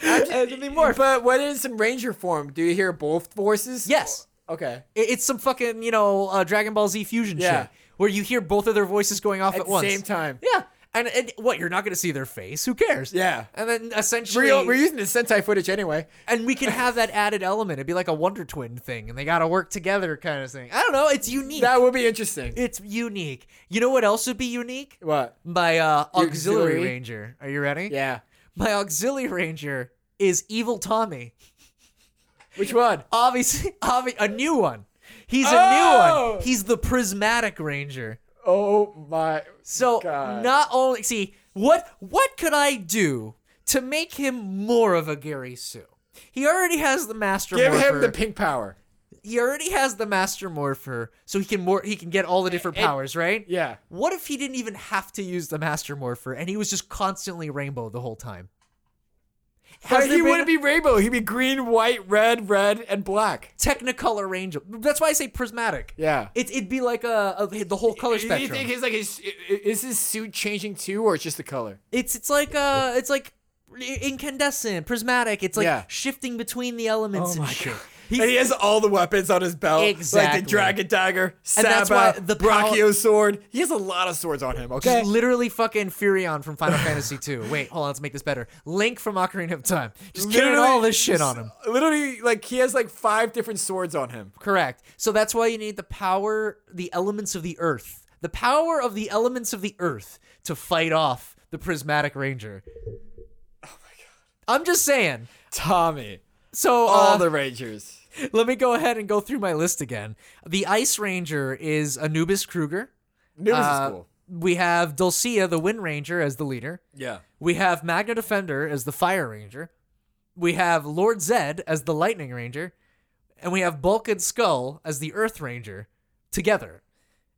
Speaker 1: and they morph.
Speaker 2: But when it's in Ranger form, do you hear both voices?
Speaker 1: Yes.
Speaker 2: Okay.
Speaker 1: It- It's some fucking, you know, uh, Dragon Ball Z fusion
Speaker 2: Yeah.
Speaker 1: shit where you hear both of their voices going off at,
Speaker 2: At the
Speaker 1: once.
Speaker 2: same time.
Speaker 1: Yeah. And, and what you're not going to see their face? Who cares?
Speaker 2: Yeah.
Speaker 1: And then essentially,
Speaker 2: We're, we're using the Sentai footage anyway.
Speaker 1: and we can have that added element. It'd be like a Wonder Twin thing, and they got to work together kind of thing. I don't know. It's unique.
Speaker 2: That would be interesting.
Speaker 1: it's unique. You know what else would be unique?
Speaker 2: What?
Speaker 1: My uh,
Speaker 2: Your
Speaker 1: auxiliary,
Speaker 2: auxiliary?
Speaker 1: ranger. Are you ready?
Speaker 2: Yeah.
Speaker 1: My auxiliary ranger is Evil Tommy.
Speaker 2: Which one?
Speaker 1: Obviously, obvi- a new one. He's a new
Speaker 2: Oh!
Speaker 1: one. He's the Prismatic Ranger.
Speaker 2: Oh my.
Speaker 1: So
Speaker 2: God.
Speaker 1: not only see what what could I do to make him more of a Gary Sue? He already has the master
Speaker 2: Give
Speaker 1: morpher.
Speaker 2: him the pink power.
Speaker 1: he already has the master morpher, so he can more he can get all the different powers, right?
Speaker 2: Yeah.
Speaker 1: What if he didn't even have to use the master morpher and he was just constantly rainbow the whole time? Has there
Speaker 2: But he
Speaker 1: been
Speaker 2: wouldn't be rainbow. He'd be green, white, red, red, and black.
Speaker 1: Technicolor ranger. That's why I say prismatic.
Speaker 2: Yeah.
Speaker 1: It, it'd be like a, a the whole color
Speaker 2: Do
Speaker 1: spectrum.
Speaker 2: you think his like his i- i- is his suit changing too, or it's just the color?
Speaker 1: It's it's like uh it's like incandescent, prismatic. It's like
Speaker 2: Yeah. Oh
Speaker 1: shifting between the elements and shit. He's-
Speaker 2: and he has all the weapons on his belt,
Speaker 1: Exactly.
Speaker 2: like the dragon dagger,
Speaker 1: And
Speaker 2: Saba,
Speaker 1: that's why the pow-
Speaker 2: brachio sword. He has a lot of swords on him. Okay,
Speaker 1: Just literally fucking Furion from Final Fantasy 2. Wait, hold on, let's make this better. Link from Ocarina of Time. Just getting
Speaker 2: Literally-
Speaker 1: all this shit on him.
Speaker 2: Literally, like he has like five different swords on him.
Speaker 1: Correct. So that's why you need the power, the elements of the earth. The power of the elements of the earth to fight off the prismatic ranger. Oh my god. I'm just saying.
Speaker 2: Tommy,
Speaker 1: So
Speaker 2: all
Speaker 1: uh,
Speaker 2: the Rangers.
Speaker 1: let me go ahead and go through my list again. The Ice Ranger is Anubis Kruger.
Speaker 2: Newman's
Speaker 1: Uh,
Speaker 2: is cool.
Speaker 1: We have Dulcia, the Wind Ranger, as the leader.
Speaker 2: Yeah,
Speaker 1: We have Magna Defender as the Fire Ranger. We have Lord Zed as the Lightning Ranger. And we have Bulk and Skull as the Earth Ranger together.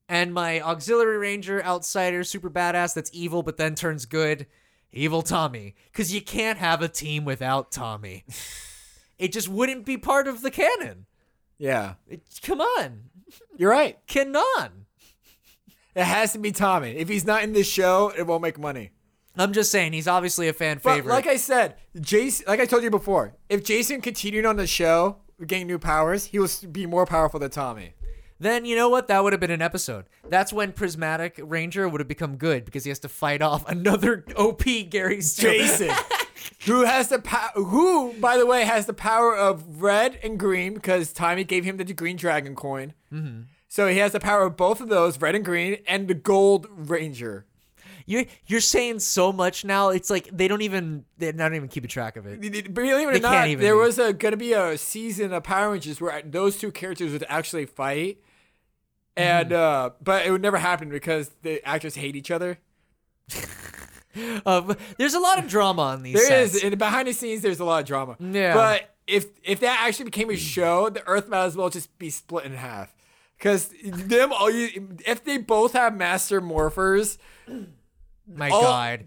Speaker 1: And my auxiliary ranger, outsider, super badass that's evil but then turns good, evil Tommy. Because you can't have a team without Tommy. it just wouldn't be part of the canon.
Speaker 2: yeah,
Speaker 1: It, come on.
Speaker 2: you're right.
Speaker 1: Canon.
Speaker 2: It has to be Tommy. If he's not in this show, it won't make money.
Speaker 1: I'm just saying, he's obviously a fan
Speaker 2: But
Speaker 1: favorite.
Speaker 2: like I said, Jason, like I told you before, if Jason continued on the show, getting new powers, he will be more powerful than Tommy.
Speaker 1: then you know what? That would have been an episode. That's when Prismatic Ranger would have become good because he has to fight off another OP Gary Stone.
Speaker 2: Jason, who has the power, who by the way has the power of red and green because Tommy gave him the green dragon coin.
Speaker 1: Mm-hmm.
Speaker 2: So he has the power of both of those, red and green, and the gold ranger.
Speaker 1: You're, you're saying so much now. It's like they don't even they don't even keep a track of it.
Speaker 2: Believe it or
Speaker 1: They can't
Speaker 2: not,
Speaker 1: even
Speaker 2: there
Speaker 1: be-
Speaker 2: was a, gonna be a season of Power Rangers where those two characters would actually fight, and
Speaker 1: Mm-hmm.
Speaker 2: uh, but it would never happen because the actors hate each other.
Speaker 1: Um, there's a lot of drama on these.
Speaker 2: There is,
Speaker 1: sets.
Speaker 2: and behind the scenes, there's a lot of drama.
Speaker 1: Yeah.
Speaker 2: But if if that actually became a show, the Earth might as well just be split in half. Because them all, you, if they both have Master Morphers,
Speaker 1: My
Speaker 2: all-
Speaker 1: God,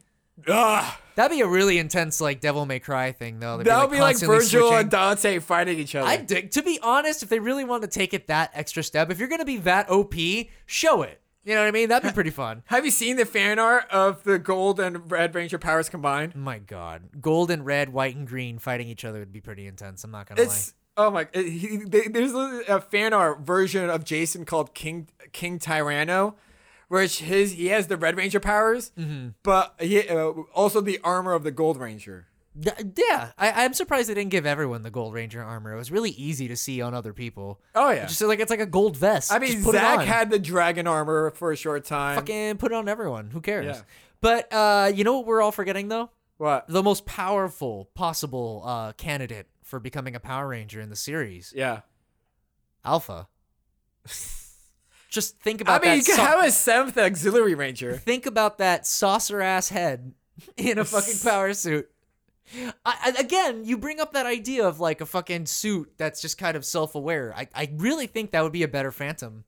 Speaker 2: ugh,
Speaker 1: that'd be a really intense like Devil May Cry thing though. They'd
Speaker 2: that would be like
Speaker 1: constantly
Speaker 2: Virgil
Speaker 1: switching.
Speaker 2: and Dante fighting each other.
Speaker 1: I dig. To be honest, if they really want to take it that extra step, if you're gonna be that OP, show it. You know what I mean? That'd be pretty fun.
Speaker 2: have you seen the fan art of the Gold and Red Ranger powers combined?
Speaker 1: My God, gold and red, white and green fighting each other would be pretty intense. I'm not gonna lie.
Speaker 2: It's oh my! It, he, they, there's a a fan art version of Jason called King King Tyranno, which his he has the Red Ranger powers, but he, uh, also the armor of the Gold Ranger.
Speaker 1: Th- Yeah, I, I'm surprised they didn't give everyone the Gold Ranger armor. It was really easy to see on other people.
Speaker 2: Oh, yeah.
Speaker 1: just like it's like a gold vest.
Speaker 2: I mean,
Speaker 1: Just put it
Speaker 2: Zach
Speaker 1: on.
Speaker 2: had the dragon armor for a short time.
Speaker 1: fucking put it on everyone. Who cares?
Speaker 2: Yeah.
Speaker 1: But uh, you know what we're all forgetting though?
Speaker 2: what?
Speaker 1: The most powerful possible uh, candidate for becoming a Power Ranger in the series,
Speaker 2: Yeah.
Speaker 1: Alpha. just think
Speaker 2: I
Speaker 1: about
Speaker 2: mean, you
Speaker 1: that.
Speaker 2: could
Speaker 1: sau-
Speaker 2: have a seventh auxiliary ranger.
Speaker 1: think about that saucer ass head in a fucking power suit. I, I- again, you bring up that idea of like a fucking suit that's just kind of self aware. I, I really think that would be a better Phantom.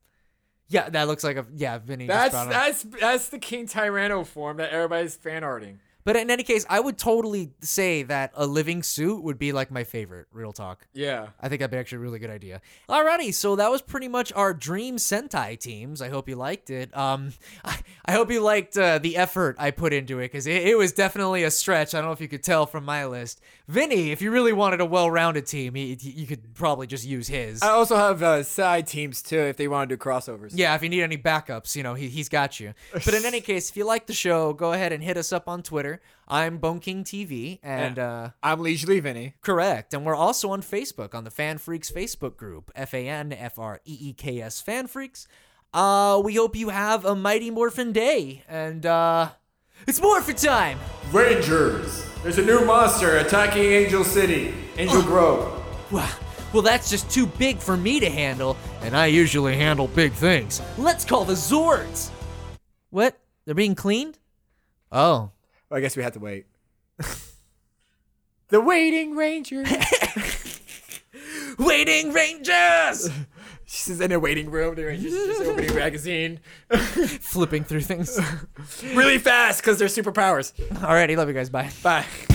Speaker 1: Yeah, that looks like a yeah. Vinny just
Speaker 2: That's
Speaker 1: brought up.
Speaker 2: that's that's the King Tyranno form that everybody's fan arting.
Speaker 1: But in any case, I would totally say that a living suit would be like my favorite. Real talk.
Speaker 2: Yeah.
Speaker 1: I think that'd be actually a really good idea. Alrighty, so that was pretty much our Dream Sentai teams. I hope you liked it. Um, I, I hope you liked uh, the effort I put into it because it, it was definitely a stretch. I don't know if you could tell from my list. Vinny, if you really wanted a well-rounded team, he, he- you could probably just use his.
Speaker 2: I also have uh, side teams too if they want to do crossovers.
Speaker 1: Yeah, if you need any backups, you know, he, he's got you. But in any case, if you like the show, go ahead and hit us up on Twitter. I'm Bone King TV, and uh,
Speaker 2: I'm leisurely Vinny.
Speaker 1: correct. And we're also on Facebook, on the Fan Freaks Facebook group, F A N F R E E K S Fan Freaks. Uh, we hope you have a mighty Morphin day, and uh, it's Morphin time!
Speaker 2: Rangers. There's a new monster attacking Angel City, Angel Grove.
Speaker 1: Wow. Well, that's just too big for me to handle, and I usually handle big things. Let's call the Zords! What? They're being cleaned? Oh.
Speaker 2: I guess we have to wait. the waiting Ranger.
Speaker 1: Waiting Rangers!
Speaker 2: She's in a waiting room. The Ranger's just opening a magazine
Speaker 1: Flipping through things.
Speaker 2: really fast because they're superpowers.
Speaker 1: Alrighty, love you guys. Bye.
Speaker 2: Bye.